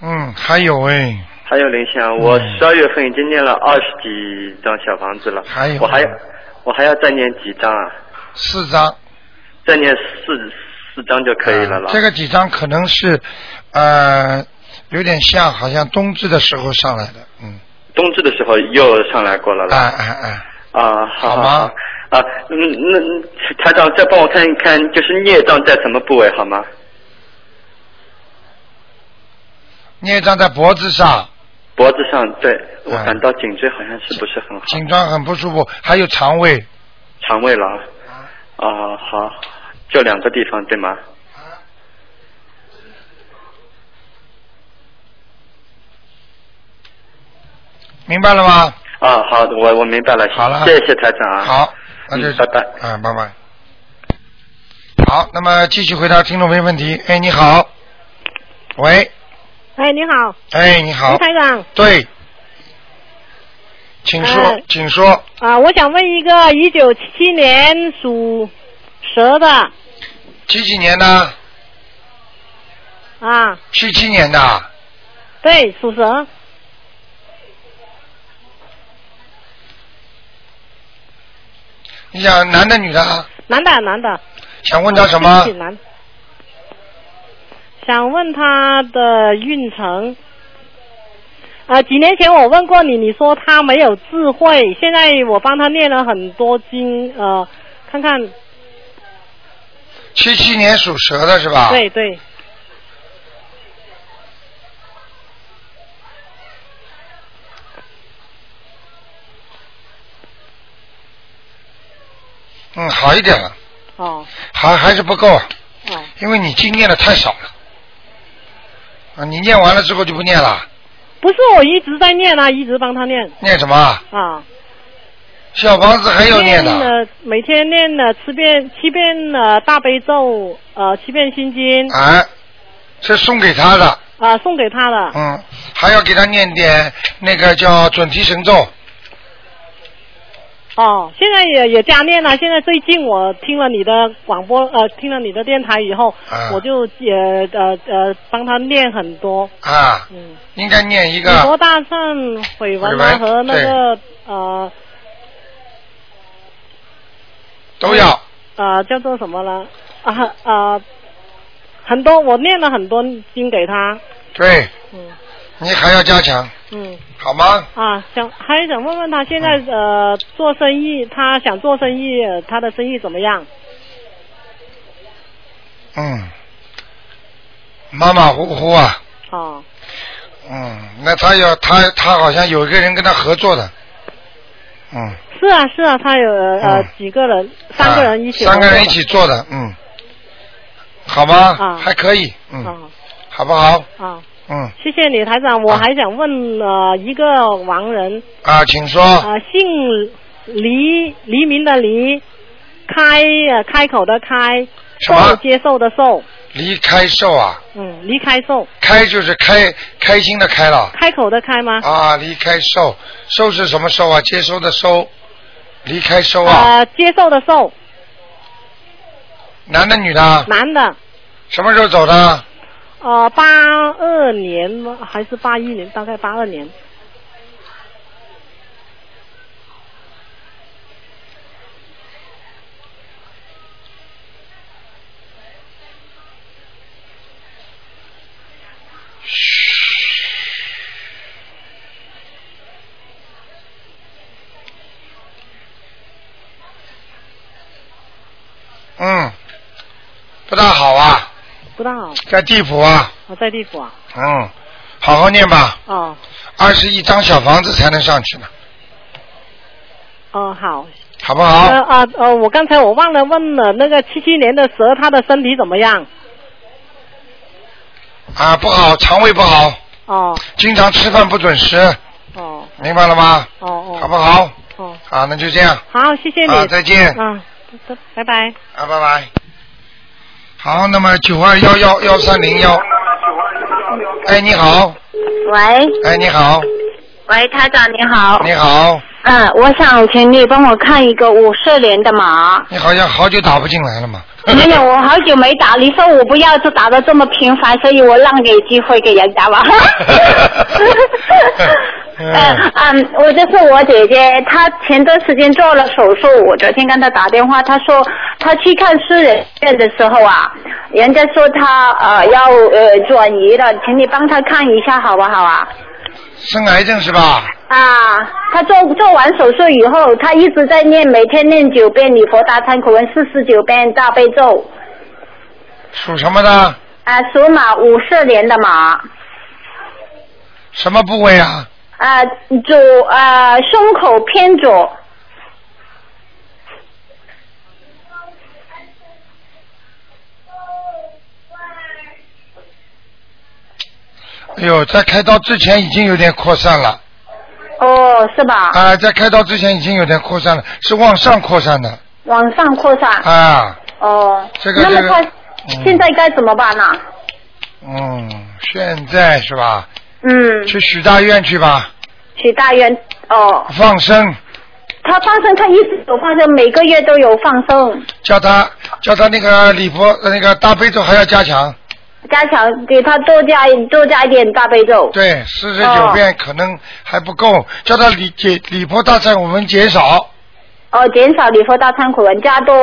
Speaker 1: 嗯，还有哎，
Speaker 8: 还有灵性啊！我十二月份已经念了二十几张小房子了，
Speaker 1: 还有
Speaker 8: 我还要我还要再念几张啊？
Speaker 1: 四张，啊
Speaker 8: 再念四四张就可以了啦。
Speaker 1: 这个几张可能是，呃，有点像好像冬至的时候上来的，嗯，
Speaker 8: 冬至的时候又上来过了啦。
Speaker 1: 哎哎哎，
Speaker 8: 啊，好
Speaker 1: 好吗？
Speaker 8: 啊，嗯，那台长再帮我看一看，就是孽障在什么部位好吗？
Speaker 1: 孽障在脖子上，
Speaker 8: 脖子上，对我
Speaker 1: 嗯
Speaker 8: 感到颈椎好像是不是很好，
Speaker 1: 颈椎很不舒服，还有肠胃，
Speaker 8: 肠胃了啊。啊，好，就两个地方对吗？
Speaker 1: 明白了吗？
Speaker 8: 啊，好，我我明白了，
Speaker 1: 好了
Speaker 8: 谢谢台长啊。，
Speaker 1: 好，那就
Speaker 8: 嗯，拜拜。
Speaker 1: 啊，拜拜。好，那么继续回答听众朋友问题。哎，你好，喂，
Speaker 9: 哎，你好，啊
Speaker 1: 哎，你好
Speaker 9: 卢，台长
Speaker 1: 对，请说，
Speaker 9: 哎
Speaker 1: 请说，
Speaker 9: 啊、我想问一个一九七七年属蛇的
Speaker 1: 几几年的？
Speaker 9: 啊，
Speaker 1: 七七年的，
Speaker 9: 对，属蛇，
Speaker 1: 你想男的女的啊？
Speaker 9: 男的，男的。
Speaker 1: 想问他什么
Speaker 9: 啊对不？起男的想问他的运程。啊，几年前我问过你，你说他没有智慧，现在我帮他念了很多经，呃，看看，
Speaker 1: 七七年属蛇的是吧？。
Speaker 9: 对对，
Speaker 1: 嗯，好一点了，
Speaker 9: 哦
Speaker 1: 还还是不够，啊
Speaker 9: 哦
Speaker 1: 因为你经念的太少了。啊，你念完了之后就不念了，
Speaker 9: 不是我一直在念啊，一直帮他念
Speaker 1: 念什么啊？
Speaker 9: 啊。
Speaker 1: 小房子还要念的。
Speaker 9: 了，每天念了七遍七遍呃大悲咒，呃七遍心经啊、
Speaker 1: 哎，是送给他的，
Speaker 9: 送给他的。
Speaker 1: 嗯，还要给他念点那个叫准提神咒，
Speaker 9: 哦，现在也也加念了。现在最近我听了你的广播，呃，听了你的电台以后，
Speaker 1: 啊
Speaker 9: 我就也呃呃帮他念很多。
Speaker 1: 啊，
Speaker 9: 嗯，
Speaker 1: 应该念一
Speaker 9: 礼佛
Speaker 1: 个
Speaker 9: 大忏悔文
Speaker 1: 悔
Speaker 9: 啊
Speaker 1: 文
Speaker 9: 和那个呃
Speaker 1: 都要，
Speaker 9: 呃叫做什么呢？啊啊，很多我念了很多经给他。
Speaker 1: 对
Speaker 9: 嗯
Speaker 1: 你还要加强，
Speaker 9: 嗯。
Speaker 1: 好吗？嗯
Speaker 9: 啊，想还想问问他现在、呃做生意，他想做生意，呃他的生意怎么样？
Speaker 1: 嗯，马马虎虎啊，
Speaker 9: 哦，
Speaker 1: 嗯，那他有他他好像有一个人跟他合作的，嗯，
Speaker 9: 是啊是啊，他有呃、
Speaker 1: 嗯
Speaker 9: 几个人，三个人一起、
Speaker 1: 啊三个人一起。做的，嗯，好吗？
Speaker 9: 啊
Speaker 1: 还可以，嗯，
Speaker 9: 啊
Speaker 1: 好不好？
Speaker 9: 啊，
Speaker 1: 嗯，
Speaker 9: 谢谢你台长，我还想问呃一个亡人，
Speaker 1: 啊，请说，
Speaker 9: 呃姓黎黎明的黎，开呃开口的开，
Speaker 1: 什么
Speaker 9: 受接受的受，
Speaker 1: 离开寿啊。
Speaker 9: 嗯，离开受，
Speaker 1: 开就是开开心的开了
Speaker 9: 开口的开吗？
Speaker 1: 啊，离开收收是什么收啊？接收的收，离开收啊，
Speaker 9: 呃，接受的受，
Speaker 1: 男的女的啊？
Speaker 9: 男的。
Speaker 1: 什么时候走的？
Speaker 9: 呃，八二年吗？还是八一年？大概八二年。
Speaker 1: 嗯，不大好啊，
Speaker 9: 不大好，
Speaker 1: 在地府啊，
Speaker 9: 我在地府啊。
Speaker 1: 嗯，好好念吧，
Speaker 9: 哦，
Speaker 1: 二十一张小房子才能上去呢，
Speaker 9: 哦，好。
Speaker 1: 好不
Speaker 9: 呃
Speaker 1: 好？
Speaker 9: 啊呃，我刚才我忘了问了，那个七七年的蛇，它的身体怎么样？
Speaker 1: 啊，不好，肠胃不好，
Speaker 9: 哦
Speaker 1: 经常吃饭不准时，
Speaker 9: 哦
Speaker 1: 明白了吗？
Speaker 9: 哦哦，
Speaker 1: 好不好？
Speaker 9: 哦，
Speaker 1: 好，那就这样，
Speaker 9: 好，谢谢你。
Speaker 1: 啊再见
Speaker 9: 嗯，得得拜拜。
Speaker 1: 啊，拜拜。好，那么九二幺幺幺三零幺，哎，你好，
Speaker 10: 喂
Speaker 1: 哎，你好，
Speaker 10: 喂，台长你好。
Speaker 1: 你。好，。
Speaker 10: 嗯，我想请你帮我看一个五四年的马
Speaker 1: 你好像好久打不进来了嘛？
Speaker 10: 没有，我好久没打，你说我不要就打的这么频繁，所以我让给机会给人 家吧。呃嗯嗯，我就是我姐姐，她前段时间做了手术，我昨天跟她打电话，她说她去看私人院的时候啊，人家说她呃要呃转移了，请你帮她看一下好不好啊？
Speaker 1: 生癌症是吧？
Speaker 10: 啊，他做做完手术以后，他一直在念，每天念九遍礼佛大忏悔文，四十九遍大悲咒。
Speaker 1: 属什么的？
Speaker 10: 啊，属马，五四年的马。
Speaker 1: 什么部位啊？
Speaker 10: 啊，左啊，胸口偏左。
Speaker 1: 哎呦，在开刀之前已经有点扩散了。
Speaker 10: 哦，是吧？
Speaker 1: 啊、在开刀之前已经有点扩散了，是往上扩散的
Speaker 10: 往上扩散。
Speaker 1: 啊。
Speaker 10: 哦。
Speaker 1: 这个
Speaker 10: 那
Speaker 1: 这个
Speaker 10: 么他、
Speaker 1: 嗯
Speaker 10: 现在该怎么办呢、
Speaker 1: 嗯，现在是吧？
Speaker 10: 嗯。
Speaker 1: 去许大愿去吧，
Speaker 10: 许大愿哦，
Speaker 1: 放生，
Speaker 10: 他放生，他一直有放生，每个月都有放生，
Speaker 1: 叫他叫他那个礼佛呃那个大悲咒还要加强，
Speaker 10: 加强给他多加多加一点大悲咒。
Speaker 1: 对，四十九
Speaker 10: 哦
Speaker 1: 遍可能还不够，叫他礼解礼佛大忏我们减少，
Speaker 10: 哦，减少礼佛大忏悔文，加多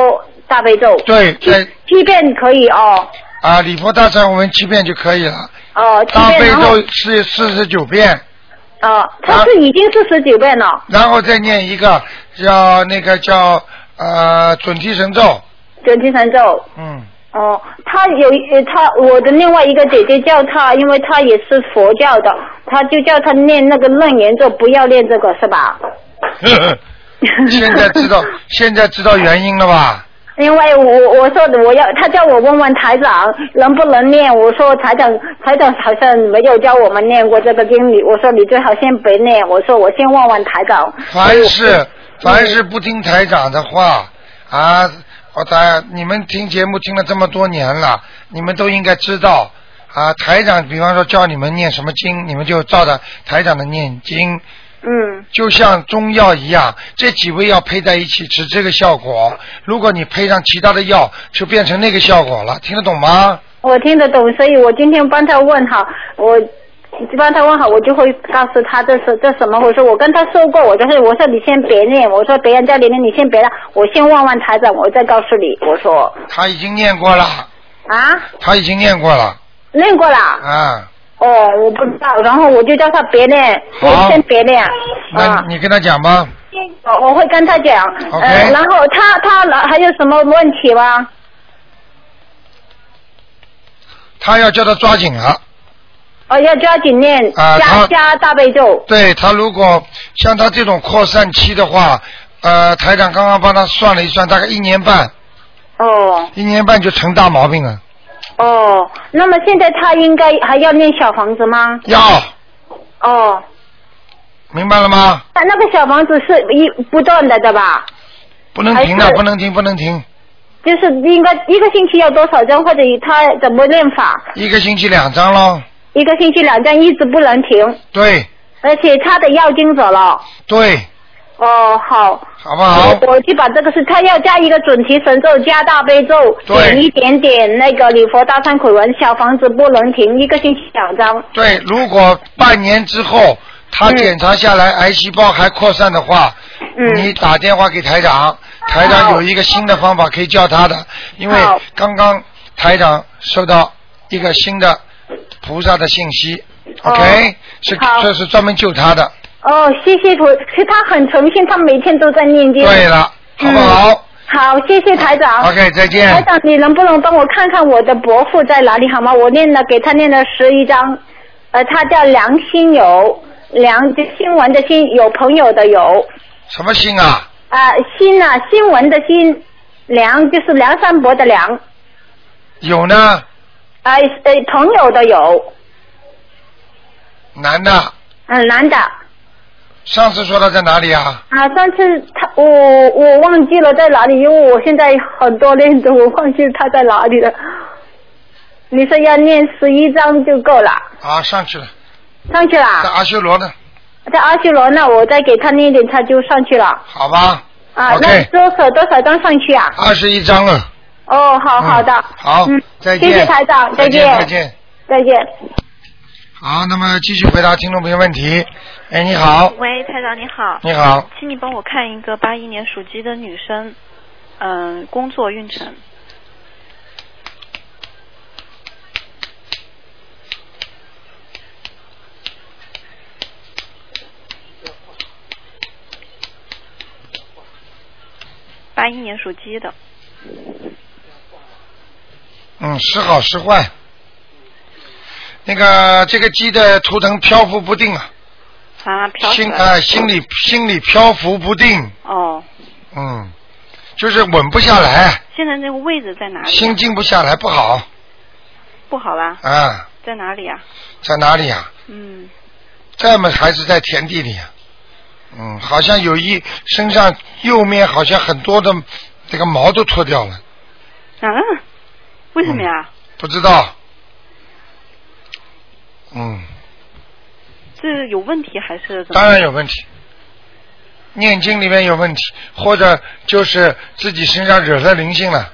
Speaker 10: 大悲咒。
Speaker 1: 对对
Speaker 10: 七遍可以哦，
Speaker 1: 啊，礼佛大忏我们七遍就可以了，
Speaker 10: 哦，七
Speaker 1: 大
Speaker 10: 遍
Speaker 1: 悲啊
Speaker 10: 然后
Speaker 1: 咒是四十九遍，
Speaker 10: 哦，他是已经四十九遍了，
Speaker 1: 然后再念一个叫那个叫呃准提神咒，
Speaker 10: 准提神咒。
Speaker 1: 嗯。
Speaker 10: 哦，他有呃他我的另外一个姐姐叫他，因为他也是佛教的，他就叫他念那个楞严咒，不要念这个是吧？
Speaker 1: 现在知道现在知道原因了吧？
Speaker 10: 因为我我说的我要，他叫我问问台长能不能念，我说台长台长好像没有教我们念过这个经理，我说你最好先别念，我说我先问问台长。
Speaker 1: 凡是凡是不听台长的话啊，我大你们听节目听了这么多年了，你们都应该知道啊。台长比方说叫你们念什么经，你们就照着台长的念经。
Speaker 10: 嗯。
Speaker 1: 就像中药一样，这几味药配在一起吃这个效果。如果你配上其他的药，就变成那个效果了。听得懂吗？
Speaker 10: 我听得懂，所以我今天帮他问好，我帮他问好，我就会告诉他这是这什么回事。我跟他说过，我就是我说你先别念，我说别人家里面你先别了，我先问问台长，我再告诉你。我说
Speaker 1: 他已经念过了，
Speaker 10: 啊，
Speaker 1: 他已经念过了
Speaker 10: 念过啦。
Speaker 1: 啊。
Speaker 10: 哦，我不知道，然后我就叫他别念，我
Speaker 1: 好
Speaker 10: 先别念。
Speaker 1: 那你跟他讲吧。
Speaker 10: 我我会跟他讲。
Speaker 1: OK
Speaker 10: 呃，然后他他还有什么问题吗？
Speaker 1: 他要叫他抓紧了。
Speaker 10: 哦，要抓紧念，
Speaker 1: 啊
Speaker 10: 加
Speaker 1: 他
Speaker 10: 加大悲咒。
Speaker 1: 对他如果像他这种扩散期的话，呃，台长刚刚帮他算了一算，大概一年半，
Speaker 10: 哦
Speaker 1: 一年半就成大毛病了。
Speaker 10: 哦，那么现在他应该还要念小房子吗？
Speaker 1: 要
Speaker 10: 哦，
Speaker 1: 明白了吗？
Speaker 10: 他啊那个小房子是一不断的的吧？
Speaker 1: 不能停的
Speaker 10: 还，是
Speaker 1: 不能停，不能停，
Speaker 10: 就是应该一个星期要多少张，或者他怎么念法？
Speaker 1: 一个星期两张喽。
Speaker 10: 一个星期两张，一直不能停，
Speaker 1: 对
Speaker 10: 而且他的药经走了。
Speaker 1: 对，
Speaker 10: 哦，好。
Speaker 1: 好不好？
Speaker 10: 我去把这个是，他要加一个准提神咒，加大悲咒，
Speaker 1: 对
Speaker 10: 点一点点那个礼佛大忏悔文，小房子不能停，一个星期两张。
Speaker 1: 对，如果半年之后
Speaker 10: 嗯
Speaker 1: 他检查下来癌细胞还扩散的话，你打电话给台长，台长有一个新的方法可以教他的，因为
Speaker 10: 好
Speaker 1: 刚刚台长收到一个新的菩萨的信息，OK，、是
Speaker 10: 哦好
Speaker 1: 这是专门救他的，
Speaker 10: 哦，谢谢佛，是他很诚信，他每天都在念经。
Speaker 1: 对了，好不好？
Speaker 10: 嗯好，谢谢台长。
Speaker 1: OK，再见
Speaker 10: 台长，你能不能帮我看看我的伯父在哪里好吗？我念了，给他念了十一章，呃，他叫梁新友，梁就新闻的新，有朋友的友，
Speaker 1: 什么心啊？
Speaker 10: 啊、新啊，新闻的新，梁就是梁山伯的梁，呃
Speaker 1: 有呢，
Speaker 10: 啊、呃，朋友的友，
Speaker 1: 男的，
Speaker 10: 嗯，男的。
Speaker 1: 上次说他在哪里啊？
Speaker 10: 啊，上次他我我忘记了在哪里，因为我现在很多练的，我忘记他在哪里了。你说要念十一章就够了，
Speaker 1: 啊，上去了，
Speaker 10: 上去了。
Speaker 1: 在阿修罗呢，
Speaker 10: 在阿修罗那，我再给他念一点，他就上去了。
Speaker 1: 好吧，
Speaker 10: 啊
Speaker 1: OK
Speaker 10: 那多少多少张上去啊？
Speaker 1: 二十一章了。
Speaker 10: 哦，好好的，
Speaker 1: 好，再见，
Speaker 10: 嗯谢谢台长再见
Speaker 1: 再见。
Speaker 10: 再见。
Speaker 1: 好，那么继续回答听众朋友问题。哎，你好，
Speaker 11: 喂，台长你好。
Speaker 1: 你好，
Speaker 11: 请你帮我看一个八一年属鸡的女生，嗯、工作运程。八一年属鸡的，
Speaker 1: 嗯，时好时坏。那个这个鸡的图腾漂浮不定啊，
Speaker 11: 啊，飘起
Speaker 1: 心
Speaker 11: 来
Speaker 1: 啊、心里心里漂浮不定，
Speaker 11: 哦，
Speaker 1: 嗯，就是稳不下来，
Speaker 11: 现在这个位置在哪里？
Speaker 1: 心静不下来，不好
Speaker 11: 不好啦，
Speaker 1: 啊，
Speaker 11: 在哪里啊？
Speaker 1: 在哪里啊？
Speaker 11: 嗯，
Speaker 1: 这么还是在田地里啊？嗯，好像有一身上右面好像很多的这个毛都脱掉了，
Speaker 11: 啊，为什么呀？
Speaker 1: 不知道。嗯，
Speaker 11: 这有问题还是怎么？
Speaker 1: 当然有问题，念经里面有问题，或者就是自己身上惹了灵性了，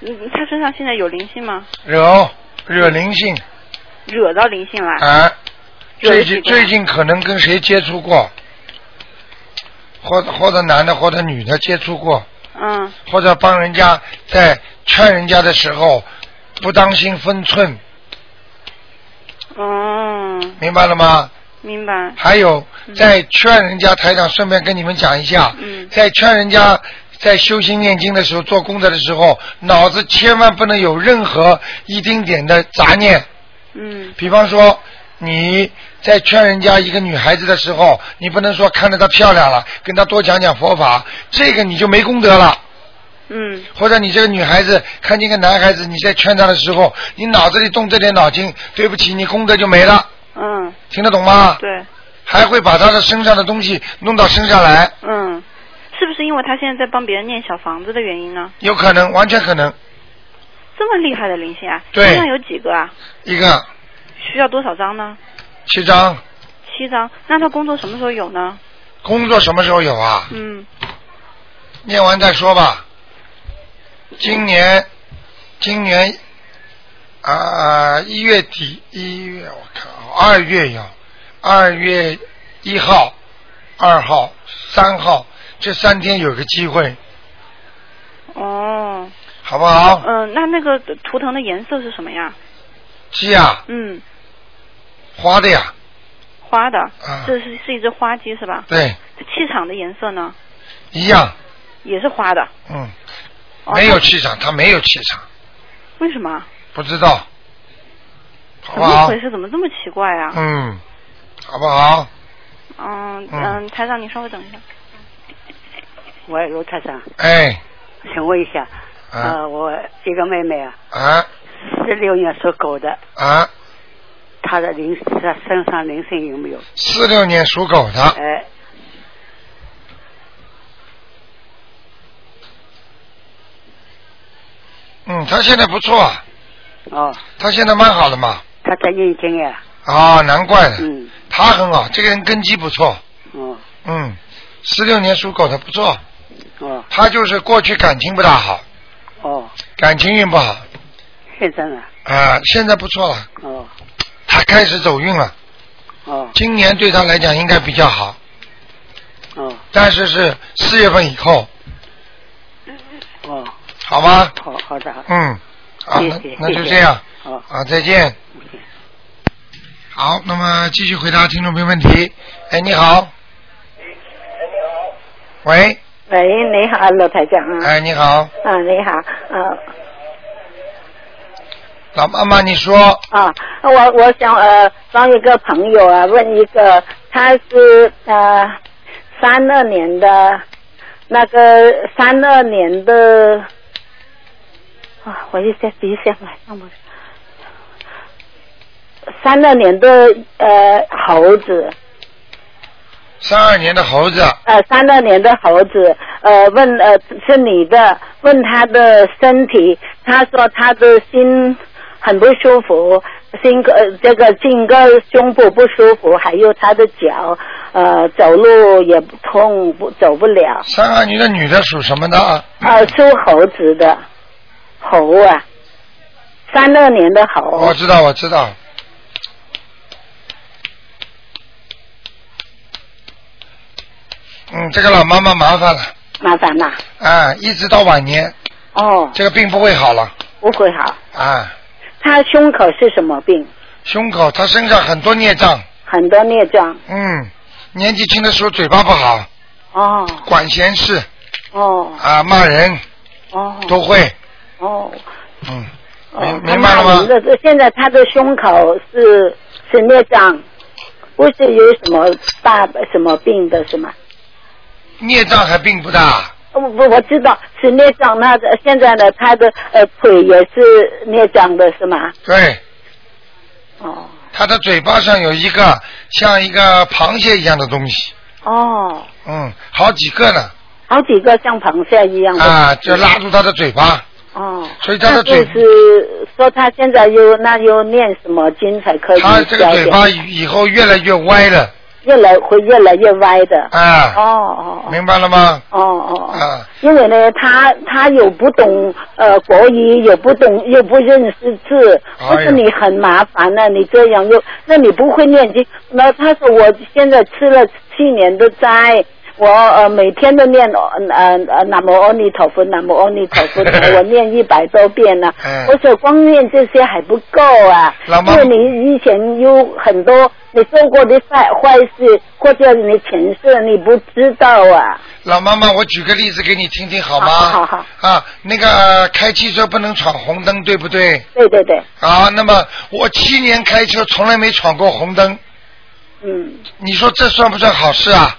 Speaker 11: 嗯。他身上现在有灵性吗？
Speaker 1: 惹哦惹灵性
Speaker 11: 惹到灵性了？
Speaker 1: 啊。
Speaker 11: 惹
Speaker 1: 最
Speaker 11: 了几
Speaker 1: 近
Speaker 11: 个人
Speaker 1: 最近可能跟谁接触过，或者或者男的或者女的接触过，
Speaker 11: 嗯，
Speaker 1: 或者帮人家在劝人家的时候不当心分寸，
Speaker 11: 哦，
Speaker 1: 明白了吗？
Speaker 11: 明白。
Speaker 1: 还有
Speaker 7: 嗯
Speaker 1: 在劝人家台长，顺便跟你们讲一下，在劝人家在修心念经的时候，做功德的时候，脑子千万不能有任何一丁点的杂念。
Speaker 11: 嗯
Speaker 1: 比方说你在劝人家一个女孩子的时候，你不能说看着她漂亮了，跟她多讲讲佛法，这个你就没功德了。
Speaker 11: 嗯
Speaker 1: 或者你这个女孩子看见一个男孩子，你在劝他的时候，你脑子里动这点脑筋，对不起，你功德就没了，
Speaker 11: 嗯，
Speaker 1: 听得懂吗？
Speaker 11: 对，
Speaker 1: 还会把他的身上的东西弄到身上来，
Speaker 11: 嗯，是不是因为他现在在帮别人念小房子的原因呢？
Speaker 1: 有可能，完全可能。
Speaker 11: 这么厉害的灵性啊，
Speaker 1: 对
Speaker 11: 身上有几个啊？
Speaker 1: 一个
Speaker 11: 需要多少张呢？
Speaker 1: 七张，
Speaker 11: 七张。那他工作什么时候有呢？
Speaker 1: 工作什么时候有啊？
Speaker 11: 嗯，
Speaker 1: 念完再说吧。今年，今年啊一、月底一月我看啊二月有，二月一号、二号、三号这三天有个机会，
Speaker 11: 哦，
Speaker 1: 好不好？
Speaker 11: 嗯、那那个图腾的颜色是什么呀？
Speaker 1: 鸡啊，
Speaker 11: 嗯，
Speaker 1: 花的呀，
Speaker 11: 花的，
Speaker 1: 啊
Speaker 11: 这是是一只花鸡是吧？
Speaker 1: 对，
Speaker 11: 气场的颜色呢，
Speaker 1: 一样，
Speaker 11: 也是花的，
Speaker 1: 嗯，
Speaker 11: 哦
Speaker 1: 没有
Speaker 11: 那
Speaker 1: 气场，他没有气场，
Speaker 11: 为什么？
Speaker 1: 不知道，
Speaker 11: 怎
Speaker 1: 好不
Speaker 11: 么
Speaker 1: 好啊
Speaker 11: 回？事？怎么这么奇怪啊？
Speaker 1: 嗯，好不好？
Speaker 11: 嗯
Speaker 1: 嗯
Speaker 11: 嗯，台长，你稍微等一下。
Speaker 12: 喂，卢台长，
Speaker 1: 哎，
Speaker 12: 请问一下，
Speaker 1: 啊
Speaker 12: 呃，我一个妹妹啊，
Speaker 1: 啊
Speaker 12: 四六年属狗的，
Speaker 1: 啊！
Speaker 12: 她的灵，她身上灵性有没有？
Speaker 1: 四六年属狗的，
Speaker 12: 哎，
Speaker 1: 嗯，他现在不错啊，
Speaker 12: 哦，
Speaker 1: 他现在蛮好的嘛。
Speaker 12: 她在念经呀，
Speaker 1: 啊，难怪了，
Speaker 12: 嗯，
Speaker 1: 他很好，这个人根基不错，
Speaker 12: 哦，
Speaker 1: 嗯，四六年属狗的不错，
Speaker 12: 哦，
Speaker 1: 他就是过去感情不大好，
Speaker 12: 哦，
Speaker 1: 感情运不好，啊、
Speaker 12: 现在呢，
Speaker 1: 现在不错了，
Speaker 12: 哦，
Speaker 1: 他开始走运了，
Speaker 12: 哦，
Speaker 1: 今年对他来讲应该比较好，
Speaker 12: 哦，
Speaker 1: 但是是四月份以后，
Speaker 12: 哦，
Speaker 1: 好吗？
Speaker 12: 好好的，好的，
Speaker 1: 嗯，啊，
Speaker 12: 谢
Speaker 1: 那
Speaker 12: 谢，
Speaker 1: 那就
Speaker 12: 谢谢
Speaker 1: 这样，，
Speaker 12: 哦，
Speaker 1: 啊，再见。好，那么继续回答听众朋友问题。哎，你好。喂，
Speaker 13: 喂，你好，罗台长啊。
Speaker 1: 哎，你好，
Speaker 13: 啊，你好，呃，
Speaker 1: 老妈妈，你说，
Speaker 13: 啊，我我想呃帮一个朋友啊问一个，他是呃三二年的，那个三二年的，啊，我一下一下来，让我三二年的呃猴子，
Speaker 1: 三二年的猴子，
Speaker 13: 呃三二年的猴子，呃问呃是女的，问她的身体，她说她的心很不舒服，心呃这个颈个胸部不舒服，还有她的脚呃走路也不痛不走不了，
Speaker 1: 三二年的女的属什么的啊？
Speaker 13: 呃属猴子的猴啊，三二年的猴。
Speaker 1: 我知道，我知道。嗯，这个老妈妈麻烦了，
Speaker 13: 麻烦啦。
Speaker 1: 啊，一直到晚年，
Speaker 13: 哦，
Speaker 1: 这个病不会好了，
Speaker 13: 不会好。
Speaker 1: 啊，
Speaker 13: 他胸口是什么病？
Speaker 1: 胸口她身上很多孽障，
Speaker 13: 很多孽障。
Speaker 1: 嗯，年纪轻的时候嘴巴不好，
Speaker 13: 哦
Speaker 1: 管闲事
Speaker 13: 哦
Speaker 1: 啊，骂人
Speaker 13: 哦。
Speaker 1: 都会，
Speaker 13: 哦。
Speaker 1: 嗯。
Speaker 13: 哦，
Speaker 1: 明白了吗
Speaker 13: 他骂人的现在他的胸口是是孽障，不是有什么大什么病的是吗？
Speaker 1: 孽障还并不大，
Speaker 13: 我我我知道是孽障，那个现在呢，他的呃腿也是孽障的是吗？
Speaker 1: 对。
Speaker 13: 哦。
Speaker 1: 她的嘴巴上有一个像一个螃蟹一样的东西，
Speaker 13: 哦，
Speaker 1: 嗯，好几个呢，
Speaker 13: 好几个像螃蟹一样的。
Speaker 1: 啊，就拉住她的嘴巴，
Speaker 13: 哦，
Speaker 1: 所以他的
Speaker 13: 那
Speaker 1: 嘴
Speaker 13: 就是说他现在又那又念什么经才可以消
Speaker 1: 她
Speaker 13: 嗯解？
Speaker 1: 这个嘴巴以后越来越歪了，
Speaker 13: 越来会越来越歪的。
Speaker 1: 啊
Speaker 13: 哦哦
Speaker 1: 明白了吗？
Speaker 13: 哦哦哦。
Speaker 1: 啊，
Speaker 13: 因为呢，他他有不懂呃国语，也不懂，又不认识字，不
Speaker 1: 哎呀
Speaker 13: 是你很麻烦呢、你这样又，那你不会念经。那他说我现在吃了去年的斋，我呃每天都念呃呃南无阿弥陀佛，南无阿弥陀 佛，我念一百多遍呢、
Speaker 1: 嗯
Speaker 13: 我说光念这些还不够啊，
Speaker 1: 老妈
Speaker 13: 因为你以前有很多你做过的坏坏事，或者你前世你不知道啊。
Speaker 1: 老妈妈，我举个例子给你听听好吗？
Speaker 13: 好好好
Speaker 1: 啊，那个、呃开汽车不能闯红灯，对不对？
Speaker 13: 对对对，
Speaker 1: 啊，那么我七年开车从来没闯过红灯，
Speaker 13: 嗯，
Speaker 1: 你说这算不算好事啊？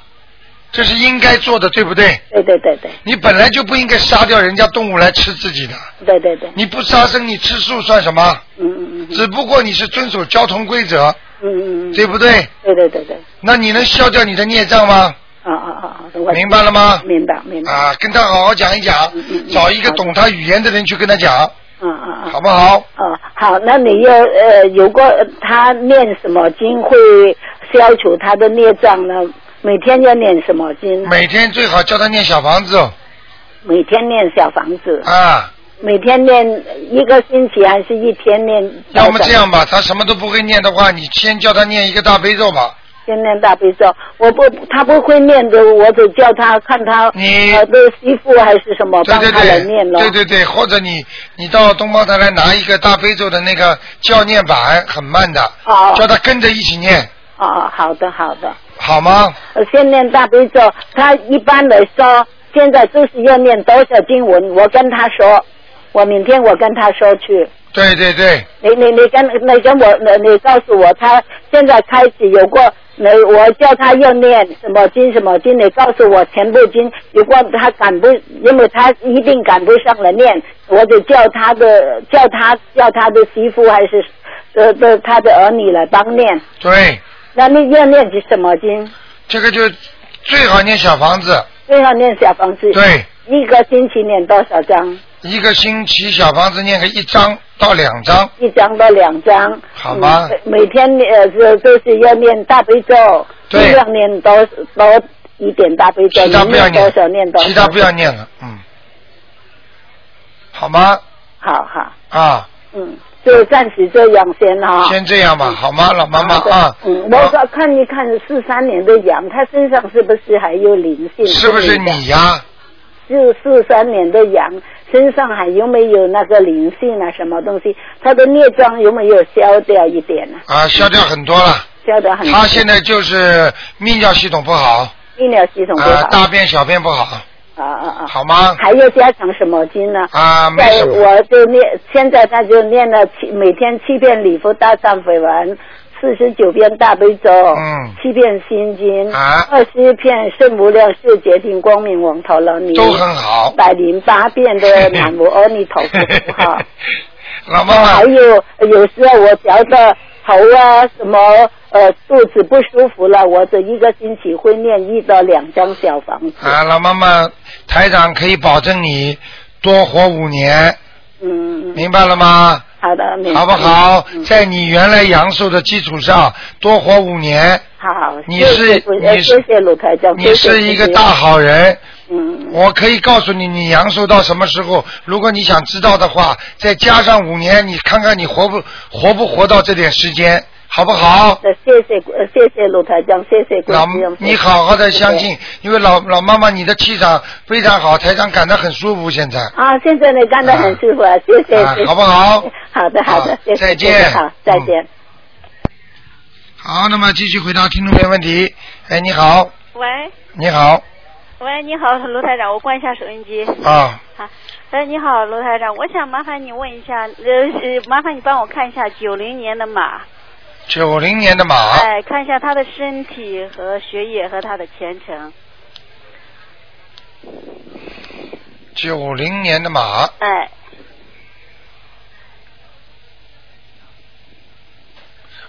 Speaker 1: 这是应该做的，对不对？
Speaker 13: 对对对对
Speaker 1: 你本来就不应该杀掉人家动物来吃自己的，
Speaker 13: 对对对，
Speaker 1: 你不杀生，你吃素算什么？
Speaker 13: 嗯嗯
Speaker 1: 只不过你是遵守交通规则，
Speaker 13: 嗯嗯嗯，
Speaker 1: 对不对？
Speaker 13: 对对对对，
Speaker 1: 那你能消掉你的孽障吗？
Speaker 13: 啊啊啊啊，我
Speaker 1: 明白了吗
Speaker 13: 明白明白，嗯
Speaker 1: 啊，跟他好好讲一讲，找一个
Speaker 13: 好的
Speaker 1: 懂他语言的人去跟他讲，
Speaker 13: 嗯嗯嗯，
Speaker 1: 好不好？
Speaker 13: 哦，好，那你要呃，如果他念什么经会消除他的孽障呢？每天要念什么经？
Speaker 1: 每天最好叫他念小房子
Speaker 13: 每天念小房子，
Speaker 1: 啊。
Speaker 13: 每天念一个星期还是一天念？
Speaker 1: 要么这样吧，他什么都不会念的话，你先叫他念一个大悲咒吧。
Speaker 13: 先念大悲咒，我不，他不会念的，我得叫他看他呃的媳妇还是什么
Speaker 1: 对
Speaker 13: 帮
Speaker 1: 对
Speaker 13: 他来
Speaker 1: 对
Speaker 13: 念，咯。
Speaker 1: 对对对，或者你你到东方台来拿一个大悲咒的那个教念版，很慢的，
Speaker 13: 哦
Speaker 1: 叫他跟着一起念，
Speaker 13: 哦，好的好的，
Speaker 1: 好吗？
Speaker 13: 呃，先念大悲咒。他一般来说，现在就是要念多少经文，我跟他说，我明天我跟他说去。
Speaker 1: 对对对，
Speaker 13: 你你你跟你跟我你你告诉我，他现在开始有过，你我叫他要念什么经什么经，你告诉我全部经。如果他赶不，因为他一定赶不上了念，我就叫他的叫他叫他的媳妇还是呃的他的儿女来帮念。
Speaker 1: 对，
Speaker 13: 那你要念什么经？
Speaker 1: 这个就最好念小房子，
Speaker 13: 最后念小房子。
Speaker 1: 对，
Speaker 13: 一个星期念多少张？
Speaker 1: 一个星期小房子念个一张到两张，
Speaker 13: 一张到两张。
Speaker 1: 好吗？
Speaker 13: 嗯每每天念呃是就是要念大悲咒，尽
Speaker 1: 对
Speaker 13: 量念多多一点大悲咒，
Speaker 1: 其他
Speaker 13: 能
Speaker 1: 不要
Speaker 13: 念多
Speaker 1: 念
Speaker 13: 少念多，少。
Speaker 1: 其他不要念了，嗯，好吗？
Speaker 13: 好好，
Speaker 1: 啊，
Speaker 13: 嗯，就暂时这样先哈。
Speaker 1: 先这样吧，好吗，老妈妈
Speaker 13: 嗯好的
Speaker 1: 啊？
Speaker 13: 嗯，我要看一看四三年的羊，它身上是不是还有灵性？
Speaker 1: 是不是你呀？
Speaker 13: 就四三年的羊身上还有没有那个灵性啊？什么东西？它的孽障有没有消掉一点呢、
Speaker 1: 啊，消掉很多了。
Speaker 13: 消得很。
Speaker 1: 他现在就是泌尿系统不好，
Speaker 13: 泌尿系统不
Speaker 1: 啊
Speaker 13: 好，。
Speaker 1: 大便小便不好，
Speaker 13: 啊啊啊！
Speaker 1: 好吗？
Speaker 13: 还要加强什么经呢？
Speaker 1: 啊，没
Speaker 13: 在
Speaker 1: 什么。
Speaker 13: 我就念，现在他就念了七，每天七遍礼佛大忏悔文，四十九遍大悲咒，
Speaker 1: 嗯
Speaker 13: 七遍心经，
Speaker 1: 啊
Speaker 13: 二十片圣无量世觉听光明王陀罗尼，
Speaker 1: 都很好
Speaker 13: 百零八 遍的南无阿弥陀佛哈。
Speaker 1: 老妈
Speaker 13: 还
Speaker 1: 妈，
Speaker 13: 有有时候我觉得头啊什么呃肚子不舒服了，我这一个星期会念一到两张小房子。
Speaker 1: 啊，老妈妈，台长可以保证你多活五年，
Speaker 13: 嗯，
Speaker 1: 明白了吗？
Speaker 13: 好的，明白嗯
Speaker 1: 好不好？在你原来阳寿的基础上多活五年，
Speaker 13: 好，
Speaker 1: 你
Speaker 13: 谢
Speaker 1: 是
Speaker 13: 谢主呃
Speaker 1: 你是
Speaker 13: 谢谢卢台长，
Speaker 1: 你
Speaker 13: 谢谢
Speaker 1: 是一个
Speaker 13: 您
Speaker 1: 大好人。
Speaker 13: 嗯，
Speaker 1: 我可以告诉你，你阳寿到什么时候？如果你想知道的话，再加上五年，你看看你活不活不活到这点时间，好不好？
Speaker 13: 呃谢谢呃谢谢卢台长，谢谢观
Speaker 1: 老
Speaker 13: 世音，
Speaker 1: 你好好的相
Speaker 13: 嗯
Speaker 1: 信，因为老老妈妈你的气场非常好，台长感到很舒服。现在
Speaker 13: 啊，现在你干得很舒服，啊、谢谢，
Speaker 1: 啊
Speaker 13: 谢谢
Speaker 1: 好不好？啊
Speaker 13: 好的，好的，谢谢，
Speaker 1: 再见嗯
Speaker 13: 谢谢好，再见。
Speaker 1: 好，那么继续回答听众朋友问题。哎，你好，
Speaker 14: 喂
Speaker 1: 你好
Speaker 14: 喂，你好，卢台长，我关一下收音机。
Speaker 1: 啊，
Speaker 14: 哎，你好，卢台长，我想麻烦你问一下，呃，呃麻烦你帮我看一下九零年的马，
Speaker 1: 九零年的马，
Speaker 14: 哎，看一下他的身体和学业和他的前程。
Speaker 1: 九零年的马，
Speaker 14: 哎，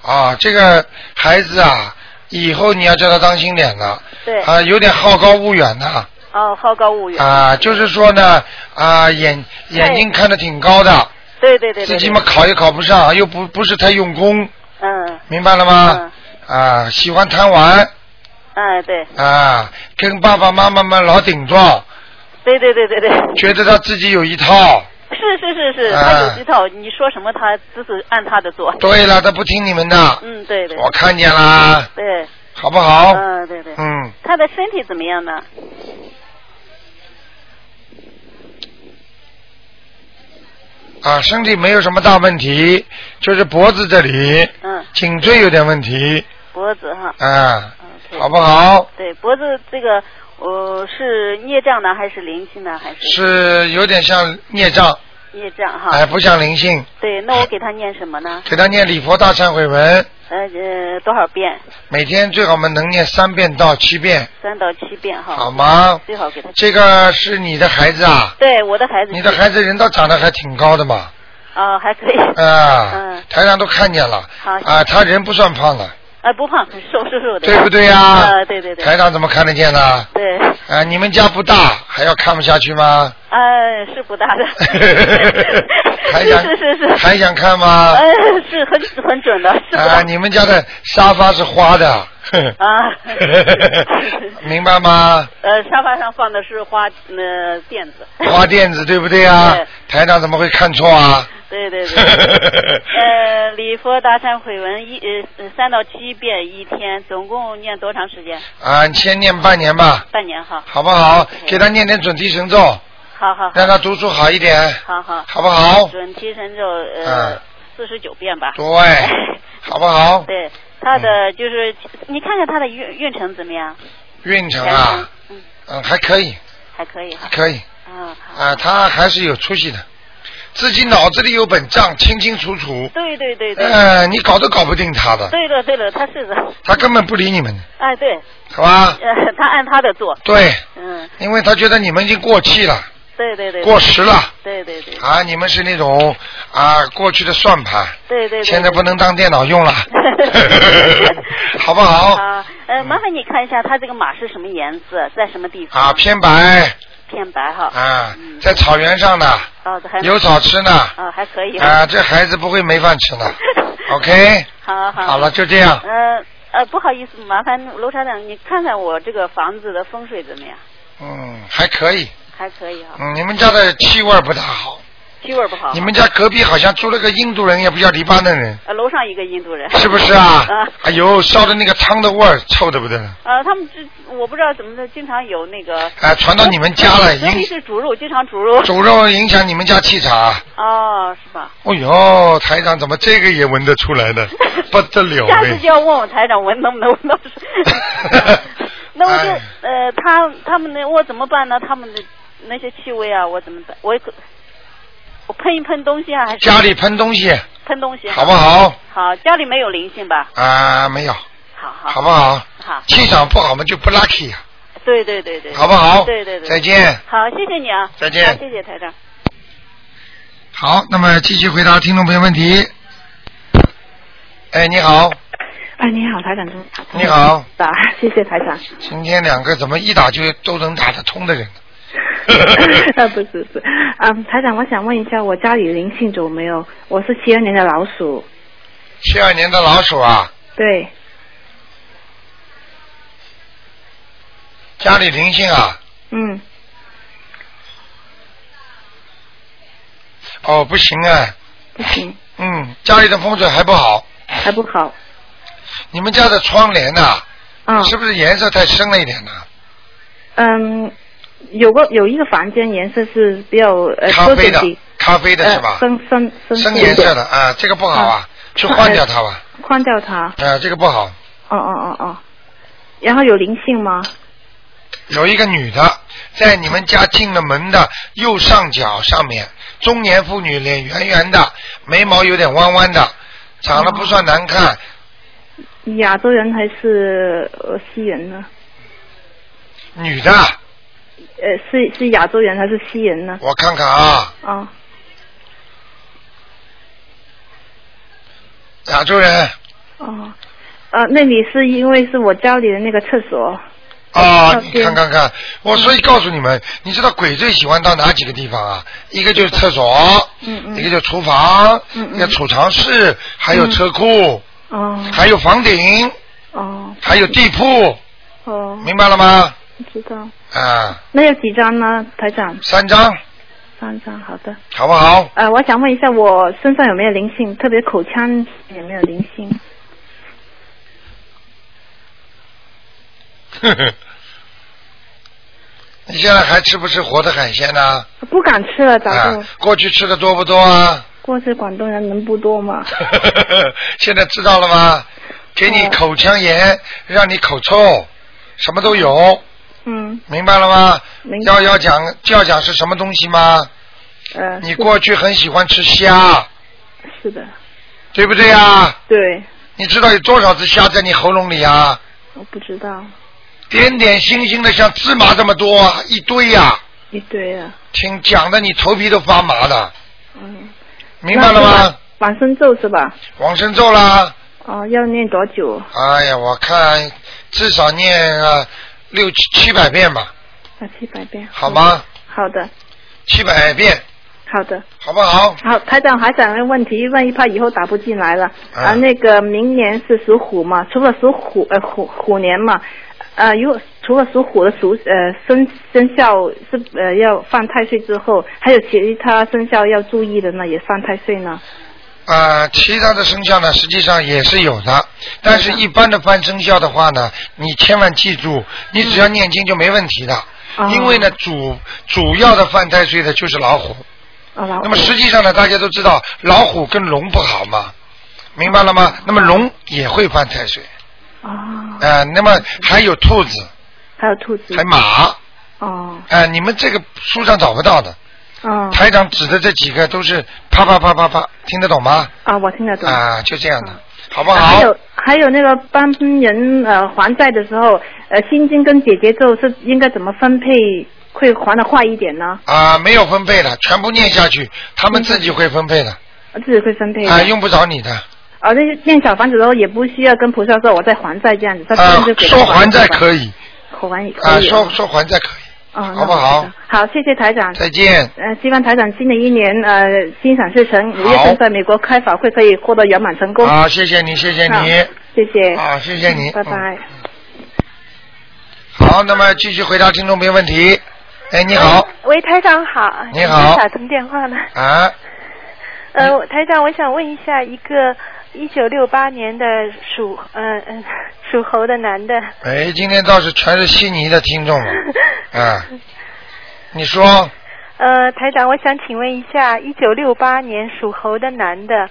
Speaker 1: 啊，这个孩子啊，以后你要叫他当心点了。
Speaker 14: 对。
Speaker 1: 啊，有点好高骛远呐、
Speaker 14: 哦，好高骛
Speaker 1: 啊。
Speaker 14: 远。
Speaker 1: 就是说呢，啊，眼眼睛看得挺高的，
Speaker 14: 对哎对对对。
Speaker 1: 自
Speaker 14: 对
Speaker 1: 己嘛考也考不上，又不不是太用功，
Speaker 14: 嗯，
Speaker 1: 明白了吗？啊，喜欢贪玩
Speaker 14: 哎，对，
Speaker 1: 啊，跟爸爸妈妈们老顶撞，
Speaker 14: 对对对对对。
Speaker 1: 觉得他自己有一套。
Speaker 14: 是是是是，
Speaker 1: 啊
Speaker 14: 他有一套，你说什么他就是按他的做。
Speaker 1: 对了，他不听你们的，
Speaker 14: 嗯，对对。
Speaker 1: 我看见啦
Speaker 14: 对。
Speaker 1: 好不好？
Speaker 14: 嗯，对对。
Speaker 1: 嗯，
Speaker 14: 他的身体怎么样呢？
Speaker 1: 啊，身体没有什么大问题，就是脖子这里，
Speaker 14: 嗯，
Speaker 1: 颈椎有点问题，
Speaker 14: 脖子哈。
Speaker 1: 啊，
Speaker 14: OK
Speaker 1: 好不好？
Speaker 14: 对，脖子这个，呃，是孽障呢，还是灵性呢，还是
Speaker 1: 是有点像孽障，
Speaker 14: 孽障哈？
Speaker 1: 哎，不像灵性。
Speaker 14: 对，那我给他念什么呢？
Speaker 1: 给他念礼佛大忏悔文，
Speaker 14: 呃呃，多少遍？
Speaker 1: 每天最好我们能念三遍到七遍，
Speaker 14: 三到七遍哈。
Speaker 1: 好吗
Speaker 14: 最好给他。
Speaker 1: 这个是你的孩子啊？
Speaker 14: 对，我的孩子。
Speaker 1: 你的孩子人倒长得还挺高的嘛，
Speaker 14: 啊，还可以。
Speaker 1: 啊
Speaker 14: 嗯，
Speaker 1: 台上都看见了，
Speaker 14: 好。
Speaker 1: 啊，他人不算胖的，
Speaker 14: 啊不胖，瘦瘦瘦的。
Speaker 1: 对不对呀
Speaker 14: 啊，对对对。
Speaker 1: 台上怎么看得见呢？
Speaker 14: 对，
Speaker 1: 啊，你们家不大，还要看不下去吗？
Speaker 14: 呃，是不大 的。
Speaker 1: 还
Speaker 14: 是
Speaker 1: 想
Speaker 14: 是是是。
Speaker 1: 还想看吗
Speaker 14: 呃，是很很准的，是不
Speaker 1: 啊，
Speaker 14: 大。
Speaker 1: 你们家的沙发是花的，哼
Speaker 14: 啊，
Speaker 1: 明白吗？
Speaker 14: 呃，沙发上放的是花呃垫子。
Speaker 1: 花垫子对不对啊
Speaker 14: 对？
Speaker 1: 台长怎么会看错啊？
Speaker 14: 对对对。 呃，礼佛大忏悔文一呃呃三到七遍一天，总共念多长时间？
Speaker 1: 啊，你先念半年吧，
Speaker 14: 半年哈。
Speaker 1: 好不好
Speaker 14: OK？
Speaker 1: 给他念点准提神咒，
Speaker 14: 嗯好好好。
Speaker 1: 让他读书好一点
Speaker 14: 好好。
Speaker 1: 好不好
Speaker 14: 准提神咒呃
Speaker 1: 嗯，
Speaker 14: 四十九遍吧。
Speaker 1: 对，好不好？嗯
Speaker 14: 对，他的就是你看看他的运运程怎么样？
Speaker 1: 运程啊，嗯，还可以，
Speaker 14: 还可以哈。
Speaker 1: 可以
Speaker 14: 嗯，
Speaker 1: 啊，他还是有出息的，自己脑子里有本账，清清楚楚。
Speaker 14: 对对对对。
Speaker 1: 呃，你搞都搞不定他的，
Speaker 14: 对了对了，他是的，
Speaker 1: 他根本不理你们，
Speaker 14: 哎对，
Speaker 1: 好吧？
Speaker 14: 呃，他按他的做。
Speaker 1: 啊对，
Speaker 14: 嗯，
Speaker 1: 因为他觉得你们已经过气了
Speaker 14: 对对对。
Speaker 1: 过时了
Speaker 14: 对对对
Speaker 1: 啊，你们是那种啊过去的算盘，
Speaker 14: 对对对。
Speaker 1: 现在不能当电脑 用了，好不好？嗯
Speaker 14: 啊，呃，麻烦你看一下它这个马是什么颜色，在什么地方？
Speaker 1: 啊，偏白
Speaker 14: 偏白哈。
Speaker 1: 啊，
Speaker 14: 嗯
Speaker 1: 在草原上的
Speaker 14: 哦，还
Speaker 1: 有草吃呢
Speaker 14: 哦，还可以。
Speaker 1: 啊，这孩子不会没饭吃 呢。OK，
Speaker 14: 好好。
Speaker 1: 好了就这样
Speaker 14: 呃呃，不好意思，麻烦楼厂长，你看看我这个房子的风水怎么样？
Speaker 1: 嗯，还可以。
Speaker 14: 还可以哈，
Speaker 1: 嗯，你们家的气味不大好，
Speaker 14: 气味不好。
Speaker 1: 你们家隔壁好像住了个印度人，也不叫黎巴嫩人，
Speaker 14: 呃楼上一个印度人。
Speaker 1: 是不是 啊
Speaker 14: 啊。？
Speaker 1: 哎呦，烧的那个汤的味儿，臭的不得了。
Speaker 14: 呃，他们这我不知道怎么的，经常有那个。
Speaker 1: 哎传到你们家了
Speaker 14: 尤
Speaker 1: 影
Speaker 14: 其是煮肉，经常煮肉。
Speaker 1: 煮肉影响你们家气场啊。
Speaker 14: 哦，是吧？
Speaker 1: 哦呦，台长怎么这个也闻得出来 呢？不得了
Speaker 14: 下次
Speaker 1: 哎！
Speaker 14: 就要问问台长闻能不能闻 到水。那我就
Speaker 1: 哎
Speaker 14: 呃，他他们那我怎么办呢？他们的那些气味啊，我怎么办？我可我喷一喷东西啊，还是
Speaker 1: 家里喷东西
Speaker 14: 喷东西啊，
Speaker 1: 好不好？
Speaker 14: 好，家里没有灵性吧？
Speaker 1: 啊，没有，
Speaker 14: 好好，
Speaker 1: 好不好？
Speaker 14: 好，
Speaker 1: 气场不好嘛，就不 lucky 啊。
Speaker 14: 对对对对，
Speaker 1: 好不好
Speaker 14: 对对对，
Speaker 1: 再见
Speaker 14: 好，谢谢你啊，
Speaker 1: 再见
Speaker 14: 好谢谢台长。
Speaker 1: 好，那么继续回答听众朋友问题。哎，你好，
Speaker 15: 哎，你好，台长，真
Speaker 1: 你好，
Speaker 15: 打，谢谢 台长。
Speaker 1: 今天两个怎么一打就都能打得通的人？
Speaker 15: 啊，不是不是，嗯，台长，我想问一下，我家里灵性走没有？我是七二年的老鼠，
Speaker 1: 七二年的老鼠啊，
Speaker 15: 对，
Speaker 1: 家里灵性啊，
Speaker 15: 嗯，
Speaker 1: 哦，不行啊，
Speaker 15: 不行，
Speaker 1: 嗯，家里的风水还不好，
Speaker 15: 还不好，
Speaker 1: 你们家的窗帘呐、
Speaker 15: 啊，
Speaker 1: 是不是颜色太深了一点呢、
Speaker 15: 嗯，有个有一个房间颜色是比较呃
Speaker 1: 咖啡
Speaker 15: 多
Speaker 1: 的
Speaker 15: 点，
Speaker 1: 咖啡的是吧
Speaker 15: 呃、？深嗯深深
Speaker 1: 深
Speaker 15: 色
Speaker 1: 颜色的啊，这个不好啊，去换掉它吧，
Speaker 15: 换掉它，
Speaker 1: 啊，这个不好。
Speaker 15: 哦哦哦哦，然后有灵性吗？
Speaker 1: 有一个女的在你们家进了门的右上角上面，中年妇女，脸圆圆的，眉毛有点弯弯的，长得
Speaker 15: 嗯
Speaker 1: 不算难看，
Speaker 15: 亚洲人还是呃西人呢？
Speaker 1: 女的，啊
Speaker 15: 呃，是是亚洲人还是西人呢？
Speaker 1: 我看看啊，
Speaker 15: 啊，
Speaker 1: 亚洲人
Speaker 15: 哦，呃，那里是因为是我家里的那个厕所，
Speaker 1: 啊，你看看看，我所以告诉你们，你知道鬼最喜欢到哪几个地方啊？一个就是厕所，一个就是厨房，一个储藏室，还有车库，
Speaker 15: 哦
Speaker 1: 还有房顶，
Speaker 15: 哦
Speaker 1: 还有地铺，
Speaker 15: 哦，
Speaker 1: 明白了吗？
Speaker 15: 知道。
Speaker 1: 啊，
Speaker 15: 那有几张呢，台长？
Speaker 1: 三张，
Speaker 15: 三张，好的。
Speaker 1: 好不好？
Speaker 15: 呃，我想问一下，我身上有没有灵性？特别口腔有没有灵性？
Speaker 1: 呵呵，你现在还吃不吃活的海鲜呢？
Speaker 15: 不敢吃了，早就、
Speaker 1: 啊，过去吃的多不多啊？
Speaker 15: 过去广东人能不多吗？
Speaker 1: 现在知道了吗？给你口腔炎，让你口臭，什么都有，
Speaker 15: 嗯，
Speaker 1: 明白了吗？
Speaker 15: 明白
Speaker 1: 要要讲要讲是什么东西吗？
Speaker 15: 呃，
Speaker 1: 你
Speaker 15: 是
Speaker 1: 过去很喜欢吃虾，
Speaker 15: 是的，
Speaker 1: 对不对啊？
Speaker 15: 对，
Speaker 1: 你知道有多少只虾在你喉咙里啊？
Speaker 15: 我不知道
Speaker 1: 点点星星的像芝麻这么多啊，一堆呀、
Speaker 15: 一堆啊，
Speaker 1: 听讲的你头皮都发麻的，
Speaker 15: 嗯，
Speaker 1: 明白了吗？
Speaker 15: 那是往？往生咒是吧？
Speaker 1: 往生咒啦，
Speaker 15: 哦、要念多久？
Speaker 1: 哎呀，我看至少念啊六七七百遍吧，
Speaker 15: 啊，七百遍。
Speaker 1: 好吗？
Speaker 15: 好的，
Speaker 1: 七百遍，
Speaker 15: 好的。
Speaker 1: 好不好？
Speaker 15: 好，台长还想问问题，万一怕以后打不进来了
Speaker 1: 嗯
Speaker 15: 啊、那个明年是属虎嘛，除了属虎呃虎虎年嘛，呃，如果除了属虎的属呃生生肖是呃要犯太岁之后，还有其他生肖要注意的呢，也犯太岁呢。
Speaker 1: 啊，其他的生肖呢，实际上也是有的，但是一般的翻生肖的话呢，你千万记住，你只要念经就没问题的，
Speaker 15: 嗯哦
Speaker 1: 因为呢，主主要的犯太岁的就是老虎。
Speaker 15: 啊，老
Speaker 1: 那么实际上呢，大家都知道老虎跟龙不好嘛，明白了
Speaker 15: 嗯
Speaker 1: 吗？那么龙也会犯太岁，
Speaker 15: 啊、
Speaker 1: 啊、那么还有兔子，
Speaker 15: 还有兔子，
Speaker 1: 还马，啊、
Speaker 15: 哦
Speaker 1: 你们这个书上找不到的。
Speaker 15: 哦
Speaker 1: 台长指的这几个都是啪啪啪啪啪，听得懂吗？
Speaker 15: 啊，我听得懂。
Speaker 1: 啊、就这样的，好不
Speaker 15: 嗯还
Speaker 1: 好？
Speaker 15: 有还有那个帮人呃还债的时候，呃心经跟姐姐咒是应该怎么分配，会还的快一点呢？
Speaker 1: 啊、没有分配的，全部念下去，他们自己会分配的，啊、
Speaker 15: 自己会分嗯配的。
Speaker 1: 用不着你的。
Speaker 15: 啊，那些念小房子的时候也不需要跟菩萨说我在还债这样子，他
Speaker 1: 啊、
Speaker 15: 真就给他
Speaker 1: 说还债
Speaker 15: 吧
Speaker 1: 可，以，
Speaker 15: 口还也可
Speaker 1: 啊、
Speaker 15: 以
Speaker 1: 说说还债可以，
Speaker 15: 啊，
Speaker 1: 好
Speaker 15: 那
Speaker 1: 不
Speaker 15: 我知
Speaker 1: 好
Speaker 15: 道？好，谢谢台长。
Speaker 1: 再见
Speaker 15: 呃，希望台长新的一年呃心想事成，五月份在美国开法会可以获得圆满成功。
Speaker 1: 啊，谢谢你，谢谢你。
Speaker 15: 好谢谢。嗯
Speaker 1: 啊谢谢你
Speaker 15: 拜拜。
Speaker 1: 好，那么继续回答听众朋友问题。哎，你好，
Speaker 16: 喂，台长好。
Speaker 1: 你好
Speaker 16: 打通电话了。
Speaker 15: 哎
Speaker 1: 啊，
Speaker 16: 呃，台长，我想问一下，一个一九六八年的属嗯嗯、属猴的男的，
Speaker 1: 哎，今天倒是全是悉尼的听众了，啊，你说
Speaker 16: 呃，台长，我想请问一下，一九六八年属猴的男的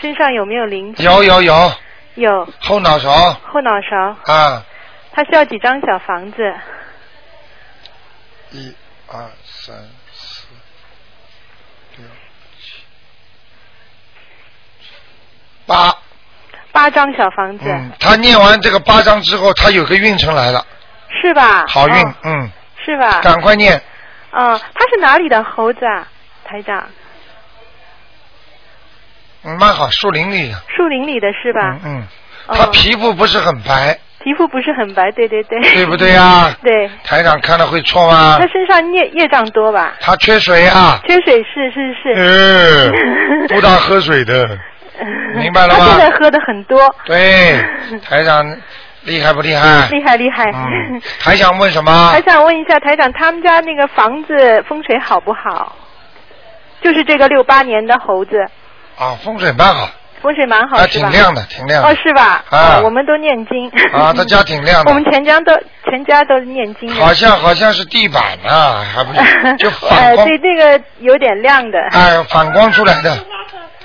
Speaker 16: 身上有没有灵性？
Speaker 1: 有有有，
Speaker 16: 有
Speaker 1: 后脑勺
Speaker 16: 后脑勺，
Speaker 1: 啊，
Speaker 16: 他需要几张小房子？
Speaker 1: 一二三四六七八，
Speaker 16: 八张小房子、
Speaker 1: 嗯，他念完这个八章之后，他有个运程
Speaker 16: 哦
Speaker 1: 来了，
Speaker 16: 是吧？
Speaker 1: 好运
Speaker 16: 哦，
Speaker 1: 嗯，
Speaker 16: 是吧？哦
Speaker 1: 赶快念，
Speaker 16: 啊、他是哪里的猴子啊，台长？
Speaker 1: 嗯，蛮好，树林里的。
Speaker 16: 树林里的是吧？
Speaker 1: 嗯，他
Speaker 16: 哦
Speaker 1: 皮肤不是很白，
Speaker 16: 皮肤不是很白，对对对。
Speaker 1: 对不对啊呀
Speaker 16: 对。
Speaker 1: 台长看了会错吗
Speaker 16: 他？身上业业障多吧？
Speaker 1: 他缺水 啊。
Speaker 16: 缺水是是是。
Speaker 1: 嗯，不大喝水的，明白了
Speaker 16: 他现在
Speaker 1: 吗？
Speaker 16: 喝的很多。
Speaker 1: 对，台长厉害不厉害？
Speaker 16: 厉害厉害。
Speaker 1: 哎 嗯啊还想问什么
Speaker 16: 还？想问一下台长，他们家那个房子风水好不好？就是这个六八年的猴子，
Speaker 1: 啊，风水蛮好，
Speaker 16: 风水蛮好，
Speaker 1: 啊，
Speaker 16: 是
Speaker 1: 挺
Speaker 16: 吧？
Speaker 1: 亮的，挺亮
Speaker 16: 哦，
Speaker 1: 的。
Speaker 16: 是吧？
Speaker 1: 啊
Speaker 16: 哦我们都念经。
Speaker 1: 啊他家挺亮的
Speaker 16: 我们全家都全家都念经的。
Speaker 1: 好像好像是地板啊，还不 是就反
Speaker 16: 呃，
Speaker 1: 光，
Speaker 16: 对，这个有点亮的。
Speaker 1: 哎，反光出来的，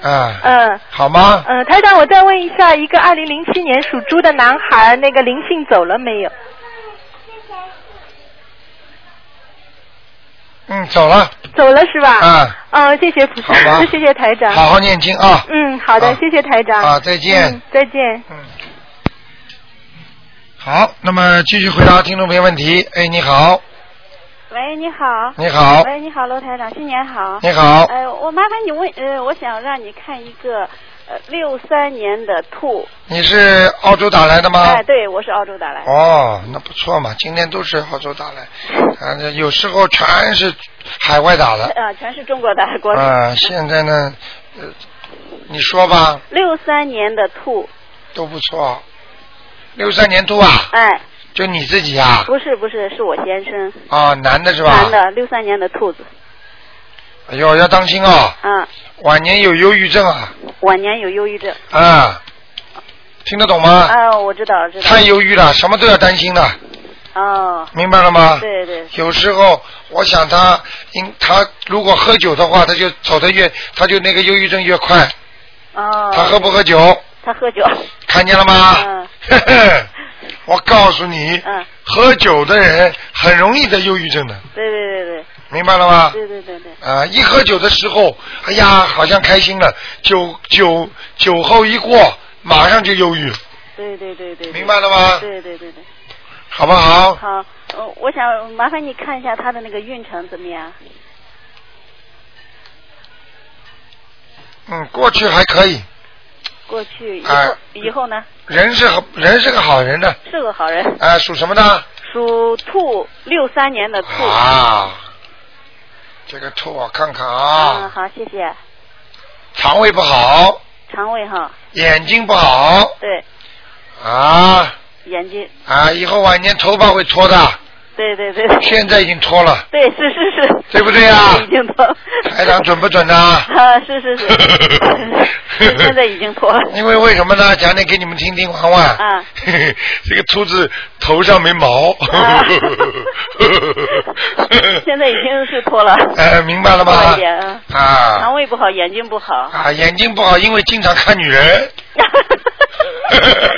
Speaker 1: 啊，
Speaker 16: 嗯。
Speaker 1: 好吗？
Speaker 16: 嗯，台长，我再问一下，一个二零零七年属猪的男孩，那个灵性走了没有？
Speaker 1: 嗯，走了，
Speaker 16: 走了是吧？
Speaker 1: 啊。
Speaker 16: 嗯，谢谢菩萨
Speaker 1: 好吧，
Speaker 16: 谢谢台长。
Speaker 1: 好好念经啊
Speaker 16: 嗯，好的，
Speaker 1: 啊
Speaker 16: 谢谢台长。
Speaker 1: 啊再见
Speaker 16: 嗯再见。
Speaker 1: 好，那么继续回答听众朋友问题。哎，你好，
Speaker 14: 喂，你好。
Speaker 1: 你好
Speaker 14: 喂，你好，罗台长，新年好。
Speaker 1: 你好
Speaker 14: 呃，我麻烦你问，呃，我想让你看一个，呃，六三年的兔。
Speaker 1: 你是澳洲打来的吗
Speaker 14: 哎，？对，我是澳洲打来的。
Speaker 1: 哦，那不错嘛，今天都是澳洲打来，啊，这有时候全是海外打的。
Speaker 14: 呃，全是中国打过来。
Speaker 1: 啊，现在呢，呃，你说吧，
Speaker 14: 六三年的兔，
Speaker 1: 都不错。六三年度啊，
Speaker 14: 哎，
Speaker 1: 就你自己啊？
Speaker 14: 不是不是，是我先生，
Speaker 1: 啊，男的是吧？
Speaker 14: 男的，六三年的兔子，
Speaker 1: 哎呦，要当心哦，
Speaker 14: 嗯，
Speaker 1: 晚年有忧郁症啊，
Speaker 14: 晚年有忧郁症。
Speaker 1: 啊，听得懂吗？
Speaker 14: 啊，我知道，知道。
Speaker 1: 太忧郁了，什么都要担心的。
Speaker 14: 哦。
Speaker 1: 明白了吗
Speaker 14: 对对。
Speaker 1: 有时候我想他，因他如果喝酒的话，他就走得越，他就那个忧郁症越快。
Speaker 14: 哦。
Speaker 1: 他喝不喝酒？
Speaker 14: 他喝酒。
Speaker 1: 看见了吗？呵呵 我告诉你，
Speaker 14: 嗯，
Speaker 1: 喝酒的人很容易得忧郁症的，
Speaker 14: 对对对对。
Speaker 1: 明白了吗？
Speaker 14: 对对对对。
Speaker 1: 啊、一喝酒的时候，哎呀，好像开心了，酒酒酒后一过，马上就忧郁，
Speaker 14: 对对对对，对
Speaker 1: 明白了吗
Speaker 14: 对对对对，
Speaker 1: 好不好？
Speaker 14: 好，呃，我想麻烦你看一下他的那个运程怎么样？
Speaker 1: 嗯，过去还可以，
Speaker 14: 过去以后、
Speaker 1: 哎
Speaker 14: 以后呢，
Speaker 1: 人是好人是个好人的，
Speaker 14: 是个好人，
Speaker 1: 啊、属什么的？
Speaker 14: 属兔，六三年的兔。
Speaker 1: 啊，这个兔我看看
Speaker 14: 嗯，
Speaker 1: 啊，
Speaker 14: 好，谢谢。
Speaker 1: 肠胃不好，
Speaker 14: 肠胃哈，
Speaker 1: 眼睛不好
Speaker 14: 对，
Speaker 1: 啊
Speaker 14: 眼睛，
Speaker 1: 啊，以后晚年头发会脱的，
Speaker 14: 对对 对，对
Speaker 1: 现在已经脱了，
Speaker 14: 对是是是，
Speaker 1: 对不对啊
Speaker 14: 已经脱，
Speaker 1: 台长准不准呢？
Speaker 14: 啊是 是是，现在已经脱了，
Speaker 1: 因为为什么呢？讲点给你们听听玩玩。
Speaker 14: 啊
Speaker 1: 这个兔子头上没毛。
Speaker 14: 现在已经是脱了，
Speaker 1: 哎明白了吗
Speaker 14: 脱一点啊
Speaker 1: 啊
Speaker 14: 肠胃不好，眼睛不好，
Speaker 1: 啊，眼睛不好，因为经常看女人。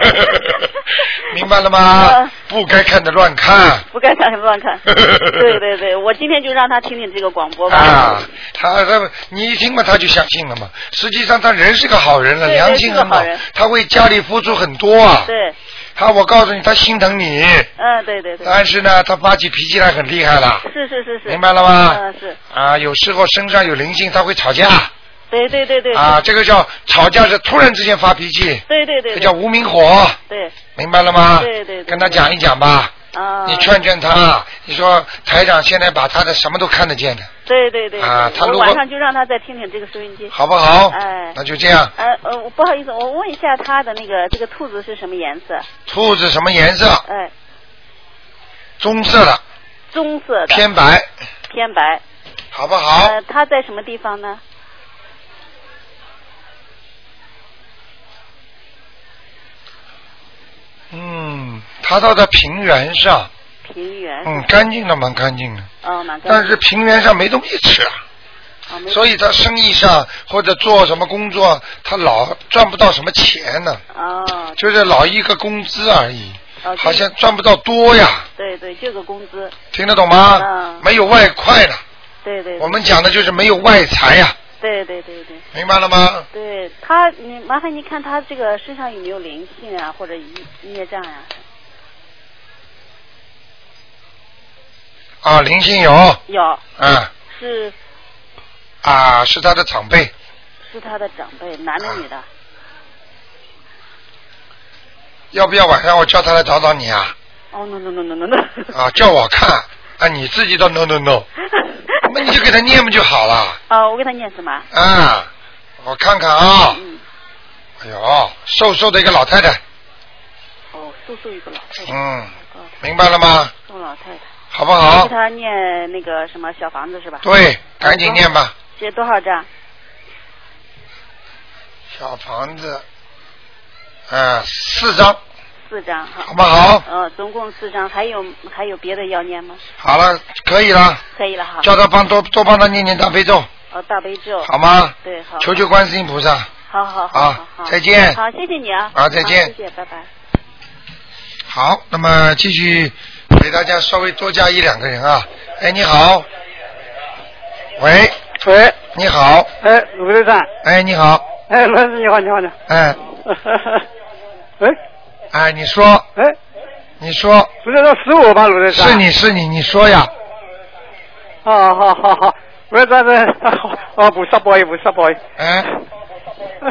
Speaker 1: 明白了吗
Speaker 14: 啊？
Speaker 1: 不该看的乱看
Speaker 14: 不该看 乱看。对对对，我今天就让他听听这个广播吧。
Speaker 1: 啊！他他你一听嘛，他就相信了嘛。实际上他人是个好人了，
Speaker 14: 对
Speaker 1: 良心很
Speaker 14: 人是个好人
Speaker 1: 他为家里付出很多啊。
Speaker 14: 对，
Speaker 1: 他我告诉你，他心疼你，
Speaker 14: 嗯，对对对。
Speaker 1: 但是呢，他发起脾气来很厉害了。
Speaker 14: 是是是是。
Speaker 1: 明白了吗
Speaker 14: 嗯，是。
Speaker 1: 啊，有时候身上有灵性，他会吵架
Speaker 14: 对对对对。
Speaker 1: 啊，
Speaker 14: 是
Speaker 1: 这个叫吵架是突然之间发脾气，
Speaker 14: 对对对。
Speaker 1: 这
Speaker 14: 对
Speaker 1: 叫无名火，
Speaker 14: 对。
Speaker 1: 明白了吗？
Speaker 14: 对对对
Speaker 1: 跟他讲一讲吧，
Speaker 14: 啊。
Speaker 1: 你劝劝他，你说台长现在把他的什么都看得见的，
Speaker 14: 对。对对对。
Speaker 1: 啊他
Speaker 14: 我
Speaker 1: 如果
Speaker 14: 晚上就让他再听听这个收音机。
Speaker 1: 好不好
Speaker 14: 哎。
Speaker 1: 那就这样
Speaker 14: 呃呃，我不好意思，我问一下他的那个这个兔子是什么颜色？
Speaker 1: 兔子什么颜色？
Speaker 14: 哎，
Speaker 1: 棕色的，
Speaker 14: 棕色的。
Speaker 1: 偏。白，
Speaker 14: 偏白。
Speaker 1: 好不好？
Speaker 14: 呃，他在什么地方呢？
Speaker 1: 嗯，他到的平原上，
Speaker 14: 平原。
Speaker 1: 嗯，干净的蛮干净的，
Speaker 14: 哦，蛮干净。
Speaker 1: 但是平原上没东西吃啊。
Speaker 14: 哦。没
Speaker 1: 所以他生意上或者做什么工作，他老赚不到什么钱呢、
Speaker 14: 哦。
Speaker 1: 就是老一个工资而已，
Speaker 14: 哦
Speaker 1: 好像赚不到多呀，
Speaker 14: 对对，就个工资。
Speaker 1: 听得懂吗
Speaker 14: 嗯？
Speaker 1: 没有外快的，
Speaker 14: 对对。对
Speaker 1: 我们讲的就是没有外财呀，
Speaker 14: 对对对对。
Speaker 1: 明白了吗？
Speaker 14: 对他，你麻烦您看他这个身上有没有灵性啊，或者业业障呀、
Speaker 1: 啊，灵性有，
Speaker 14: 有，
Speaker 1: 嗯，
Speaker 14: 是
Speaker 1: 啊，是他的长辈，
Speaker 17: 是他的长辈，男的女
Speaker 1: 啊
Speaker 17: 的？
Speaker 1: 要不要晚上我叫他来找找你啊？
Speaker 17: 哦，no no no no no no。
Speaker 1: 啊，叫我看啊，你自己都 no no no，那你就给他念不就好了？
Speaker 17: 哦，我给他念什么？
Speaker 1: 啊，我看看啊，
Speaker 17: 嗯
Speaker 1: 哎呦，瘦瘦的一个老太
Speaker 17: 哎
Speaker 1: 太，
Speaker 17: 哦，叔叔一个老太太。
Speaker 1: 嗯，明白了吗？
Speaker 17: 送老太太。
Speaker 1: 好不
Speaker 17: 给
Speaker 1: 好？
Speaker 17: 他念那个什么小房子是吧？
Speaker 1: 对，赶紧念吧。
Speaker 17: 写多少张？
Speaker 1: 小房子，啊，四张，
Speaker 17: 四张哈。
Speaker 1: 好不好
Speaker 17: 呃，总共四张，还有还有别的要念吗？
Speaker 1: 好了，可以了，
Speaker 17: 可以了哈。
Speaker 1: 叫他帮多多帮他念念大悲咒，
Speaker 17: 哦，大悲咒。
Speaker 1: 好吗
Speaker 17: 对，好。
Speaker 1: 求求观世音菩萨。
Speaker 17: 好好好
Speaker 1: 啊
Speaker 17: 好好
Speaker 1: 再见
Speaker 17: 好，谢谢你啊。
Speaker 1: 啊再见
Speaker 17: 好谢谢，拜拜。
Speaker 1: 好，那么继续给大家稍微多加一两个人啊。哎，你好，喂，
Speaker 7: 喂，
Speaker 1: 你好，
Speaker 7: 哎，鲁队长，
Speaker 1: 哎，你好，
Speaker 7: 哎，罗先生你好，你好，你 好。
Speaker 1: 哎，
Speaker 7: 喂，
Speaker 1: 哎，你说，
Speaker 7: 哎，
Speaker 1: 你说，
Speaker 7: 鲁队长是我吧，鲁队长？
Speaker 1: 是你是你，你说呀，
Speaker 7: 啊，好好好，鲁队长这，哦，不是不好意思，不是不好意思。
Speaker 1: 哎，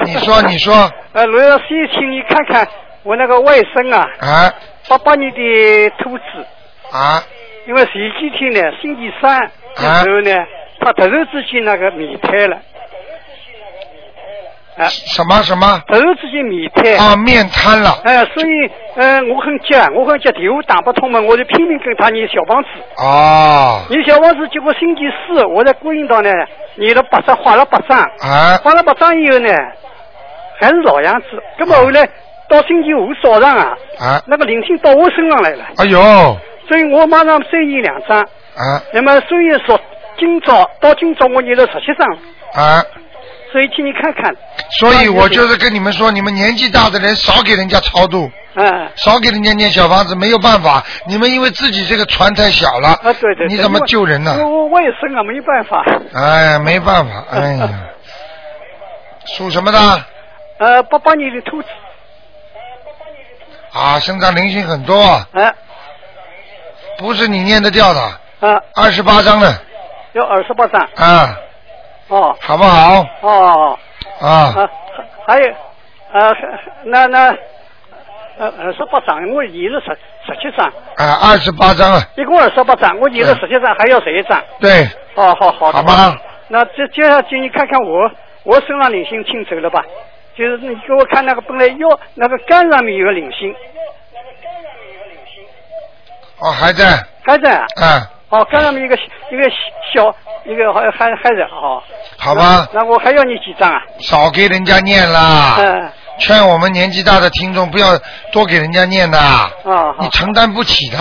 Speaker 1: 你说你说，
Speaker 7: 呃，鲁队长，先请你看看我那个外甥啊，
Speaker 1: 啊
Speaker 7: 八八年的兔子，
Speaker 1: 啊
Speaker 7: 因为前几天呢，星期三的时候呢，他突然之间那个迷胎了。啊，
Speaker 1: 什么什么？
Speaker 7: 突然之间迷胎
Speaker 1: 啊，面瘫了。
Speaker 7: 哎、所以，呃，我很急，我很急，电话打不通嘛，我就拼命跟他念小房子。
Speaker 1: 哦，
Speaker 7: 你小房子，结果星期四我在观音堂呢，念了八张，画了八张，
Speaker 1: 啊
Speaker 7: 画了八张以后呢，还是老样子。那么后来到星期五早上啊，
Speaker 1: 啊，
Speaker 7: 那个灵性到我身上来了，
Speaker 1: 哎呦，啊
Speaker 7: 所以我马上再念两张。那么所以说，今朝到今朝我念了十七张，
Speaker 1: 啊，
Speaker 7: 所以请你看看，
Speaker 1: 所以我就是跟你们说，你们年纪大的人少给人家超度。
Speaker 7: 嗯，
Speaker 1: 少给人家念小房子，没有办法，你们因为自己这个船太小了，
Speaker 7: 啊对对，
Speaker 1: 你怎么救人呢
Speaker 7: 因为？我我也生啊，没办法。
Speaker 1: 哎呀，没办法，哎呀，属什么的
Speaker 7: 呃，八八年的兔子，
Speaker 1: 啊？身上灵性很多啊，
Speaker 7: 哎，
Speaker 1: 不是你念得掉的，
Speaker 7: 啊，
Speaker 1: 二十八章的
Speaker 7: 有二十八张，
Speaker 1: 啊，
Speaker 7: 哦，
Speaker 1: 好不好？
Speaker 7: 哦，
Speaker 1: 啊，
Speaker 7: 啊，还有，呃，那那，呃，二十八张，我移了十十七张，
Speaker 1: 啊，二十八章啊，
Speaker 7: 一共二十八张，我移了十七张，还要十一张。
Speaker 1: 对，
Speaker 7: 哦，好好的。
Speaker 1: 好吗？
Speaker 7: 那接接下去你看看我，我身上灵性清走了吧？就是你给我看那个本来腰那个肝上面有个灵性，
Speaker 1: 哦，还在，
Speaker 7: 还在啊？
Speaker 1: 啊，
Speaker 7: 哦，肝上面一个一个小一个还还还在哦。
Speaker 1: 好吧，
Speaker 7: 那我还要你几张啊？
Speaker 1: 少给人家念啦。
Speaker 7: 嗯。
Speaker 1: 劝我们年纪大的听众不要多给人家念的，
Speaker 7: 啊，
Speaker 1: 你承担不起的。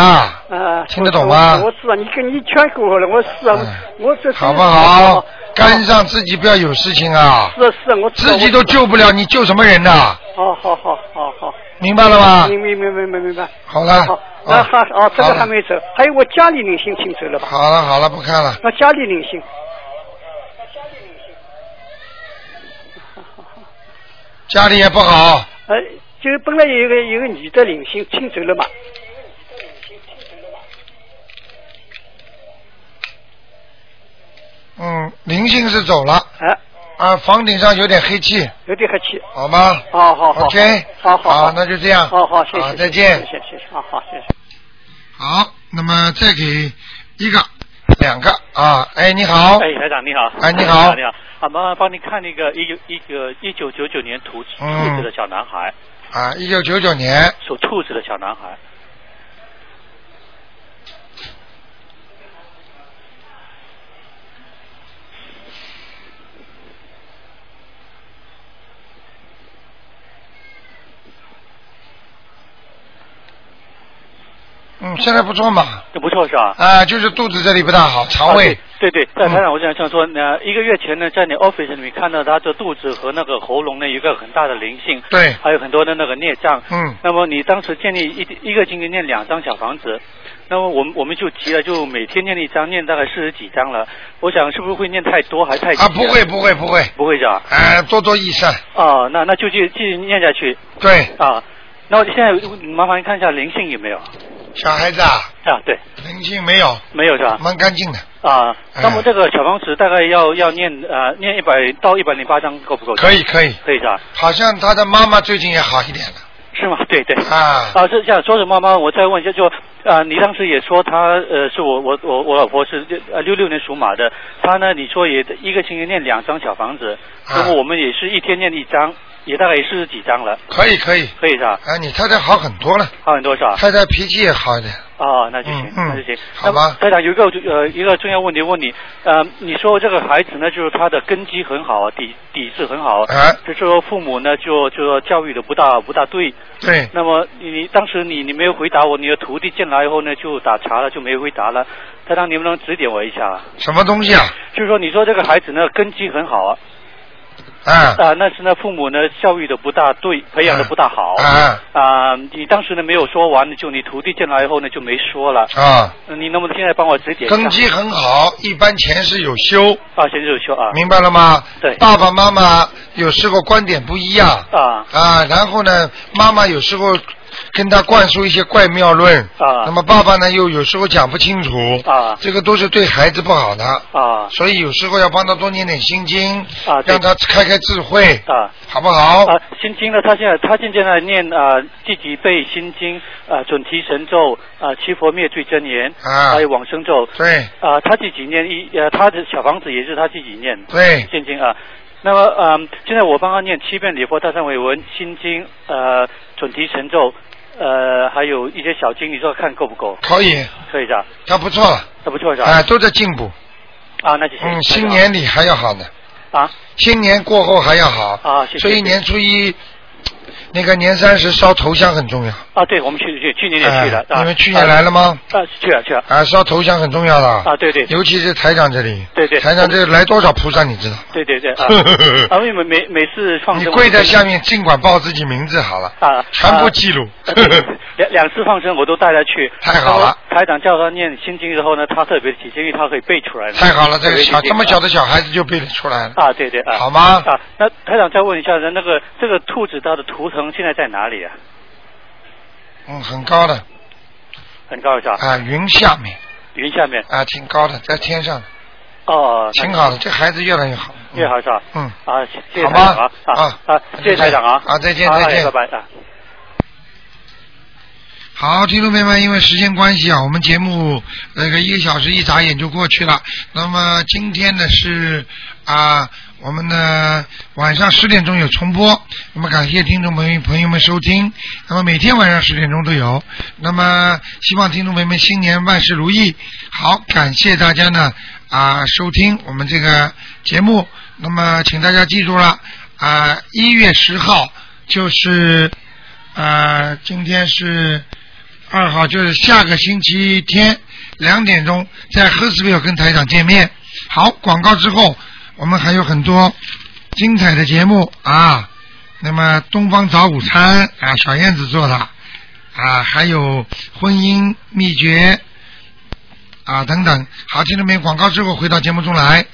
Speaker 18: 嗯
Speaker 7: 呃，
Speaker 1: 听得懂吗嗯
Speaker 7: 我我知道，你跟你劝过了，我是啊，我这
Speaker 1: 好不好？肝上自己不要有事情啊，
Speaker 7: 是啊是啊，我知道
Speaker 1: 自己都救不了，你救什么人呐？
Speaker 7: 哦，好好好好，
Speaker 1: 明白了吗
Speaker 7: 明明明明明明白。
Speaker 1: 好了
Speaker 7: 好，那还哦，这
Speaker 1: 好
Speaker 7: 个
Speaker 1: 了
Speaker 7: 还没走，还有我家里灵性请走了吧？
Speaker 1: 好了好了，不看了。
Speaker 7: 那家里灵性，
Speaker 1: 家里也不好，
Speaker 7: 呃，就是本来有一个有一个女的灵性请走了嘛，
Speaker 1: 嗯，灵性是走了
Speaker 18: 嗯
Speaker 7: 哎，
Speaker 1: 啊，房顶上有点黑气，
Speaker 7: 有点黑气。
Speaker 1: 好吗？
Speaker 7: 好好好
Speaker 1: OK，
Speaker 7: 好好
Speaker 1: 好那就这样
Speaker 7: 好好，谢
Speaker 1: 好
Speaker 7: 谢，
Speaker 1: 再见
Speaker 7: 谢谢谢谢，好好谢谢。
Speaker 1: 好，那么再给一个、两个啊，哎，你好，
Speaker 18: 哎，台长你好。
Speaker 1: 哎你好
Speaker 18: 你好。啊，麻烦帮您看那个一九一个一九九九年兔子
Speaker 1: 嗯
Speaker 18: 兔子的小男孩，
Speaker 1: 啊，一九九九年，
Speaker 18: 属兔子的小男孩，
Speaker 1: 嗯，现在不错嘛，
Speaker 18: 这不错是吧？
Speaker 1: 啊，就是肚子这里不大好，肠胃，
Speaker 18: 啊对
Speaker 1: 嗯
Speaker 18: 对对，那台长，我想想说，呃，一个月前呢，在你 office 里面看到他的肚子和那个喉咙呢，有一个很大的灵性，
Speaker 1: 对
Speaker 18: 还有很多的那个孽障。
Speaker 1: 嗯
Speaker 18: 那么你当时建议一一个星期念两张小房子，那么我们我们就急了，就每天念一张，念大概四十几张了。我想是不是会念太多，还太急
Speaker 1: 啊，不会不会不会，
Speaker 18: 不会是吧？
Speaker 1: 哎，多多益善，
Speaker 18: 哦，那那就继继续念下去
Speaker 1: 对，
Speaker 18: 啊。那我现在麻烦你看一下灵性有没有
Speaker 1: 小孩子啊，
Speaker 18: 啊，对，
Speaker 1: 灵性没有，哎
Speaker 18: 没有是吧？
Speaker 1: 蛮干净的。
Speaker 18: 啊，那么这个小房子大概要要念呃念一百到一百零八章够不够？
Speaker 1: 可以可以
Speaker 18: 可以是吧？
Speaker 1: 好像他的妈妈最近也好一点了。
Speaker 18: 是吗？对对。
Speaker 1: 啊。
Speaker 18: 啊，是这样。说着妈妈，我再问一下，就啊、你当时也说她呃是我我我我老婆是呃六六年属马的，她呢你说也一个星期念两张小房子，
Speaker 1: 啊
Speaker 18: 那么我们也是一天念一张，也大概也是几张了，
Speaker 1: 可以可以，
Speaker 18: 可以是吧？
Speaker 1: 啊，你太太好很多了，
Speaker 18: 好很多是吧？
Speaker 1: 太太脾气也好一点。
Speaker 18: 哦，那就行，
Speaker 1: 嗯
Speaker 18: 那就行。
Speaker 1: 好吧
Speaker 18: 台长有一个呃一个重要问题问你，呃，你说这个孩子呢，就是他的根基很好，啊底底子很好，
Speaker 1: 哎
Speaker 18: 就说父母呢就就说教育的不大不大对。
Speaker 1: 对，
Speaker 18: 那么你你当时你你没有回答我，你的徒弟进来以后呢就打岔了，就没回答了。台长，你能不能指点我一下？
Speaker 1: 什么东西啊？
Speaker 18: 就是说，你说这个孩子呢根基很好啊，
Speaker 1: 啊
Speaker 18: 啊，但是呢父母呢教育的不大对，培
Speaker 1: 嗯
Speaker 18: 养的不大好。
Speaker 1: 啊
Speaker 18: 啊、你当时呢没有说完，就你徒弟进来以后呢就没说了。
Speaker 1: 啊，
Speaker 18: 嗯你能不能现在帮我指点一下？
Speaker 1: 根基很好，一般前世有修，
Speaker 18: 啊，先入修啊，
Speaker 1: 明白了吗？
Speaker 18: 对
Speaker 1: 爸爸妈妈有时候观点不一样
Speaker 18: 啊
Speaker 1: 啊，然后呢，妈妈有时候跟他灌输一些怪妙论
Speaker 18: 啊
Speaker 1: 那么爸爸呢又有时候讲不清楚
Speaker 18: 啊
Speaker 1: 这个都是对孩子不好的
Speaker 18: 啊
Speaker 1: 所以有时候要帮他多念点心经
Speaker 18: 啊对
Speaker 1: 让他开开智慧，
Speaker 18: 啊，
Speaker 1: 好不好？
Speaker 18: 啊，心经呢，他现在他现在在念啊、呃自己背心经啊、呃准提神咒啊、呃七佛灭罪真言
Speaker 1: 啊
Speaker 18: 还有往生咒
Speaker 1: 对
Speaker 18: 啊、他自己念一呃，他的小房子也是他自己念
Speaker 1: 对
Speaker 18: 心经啊。那么，嗯，现在我帮他念七遍礼佛大忏悔文、心经、呃，准提神咒，呃，还有一些小经，你说看够不够？
Speaker 1: 可以，
Speaker 18: 可以的，
Speaker 1: 他不错了，
Speaker 18: 那不错是吧？
Speaker 1: 啊，都在进步，
Speaker 18: 啊，那就行。
Speaker 1: 嗯，新年里还要好呢。
Speaker 18: 啊
Speaker 1: 新年过后哦还要好，
Speaker 18: 啊谢谢
Speaker 1: 所以年初一，那个年三十烧头香很重要。
Speaker 18: 啊，对，我们去去去年也去了，
Speaker 1: 哎
Speaker 18: 啊
Speaker 1: 你们去年来了吗？
Speaker 18: 啊，去了去了。
Speaker 1: 啊，烧头香很重要的。
Speaker 18: 啊对对
Speaker 1: 尤其是台长这里。
Speaker 18: 对对
Speaker 1: 台长这来多少菩萨，你知道？，
Speaker 18: 对对对啊 啊，因为每每次放
Speaker 1: 你
Speaker 18: 生，
Speaker 1: 跪在 下面，尽管报自己名字好了，
Speaker 18: 啊，
Speaker 1: 全部记录。
Speaker 18: 啊。两两次放生我都带他去，
Speaker 1: 太好了。
Speaker 18: 台长叫他念心经之后呢，他特别急，因为他可以背出来。
Speaker 1: 太好了，这
Speaker 18: 特
Speaker 1: 个
Speaker 18: 别
Speaker 1: 小
Speaker 18: 急
Speaker 1: 这么小的小孩子就背得出来了。
Speaker 18: 啊，对对啊。
Speaker 1: 好吗
Speaker 18: 啊，那台长再问一下，那个这个兔子它的图腾现在在哪里啊？
Speaker 1: 嗯，很高的
Speaker 18: 很高是吧？
Speaker 1: 啊，云下面
Speaker 18: 云下面。
Speaker 1: 啊，挺高的，在天上，
Speaker 18: 哦。那
Speaker 1: 挺好的。这孩子越来越好。
Speaker 18: 越好是吧？
Speaker 1: 嗯。
Speaker 18: 啊，谢谢
Speaker 1: 好
Speaker 18: 台
Speaker 1: 吗
Speaker 18: 长啊啊啊！谢谢台长啊！
Speaker 1: 啊再见
Speaker 18: 好
Speaker 1: 再见
Speaker 18: 哎拜拜啊！
Speaker 1: 好，听众朋友们，因为时间关系啊，我们节目那个一个小时一眨眼就过去了。那么今天呢是啊、我们的晚上十点钟有重播。那么感谢听众朋友朋友们收听。那么每天晚上十点钟都有。那么希望听众朋友们新年万事如意。好，感谢大家呢啊、收听我们这个节目。那么请大家记住了啊，一、月十号就是呃，今天是二号，就是下个星期天两点钟在赫斯贝尔跟台长见面。好，广告之后我们还有很多精彩的节目啊。那么东方早午餐啊，小燕子做的啊，还有婚姻秘诀啊等等。好，听众朋友，广告之后回到节目中来。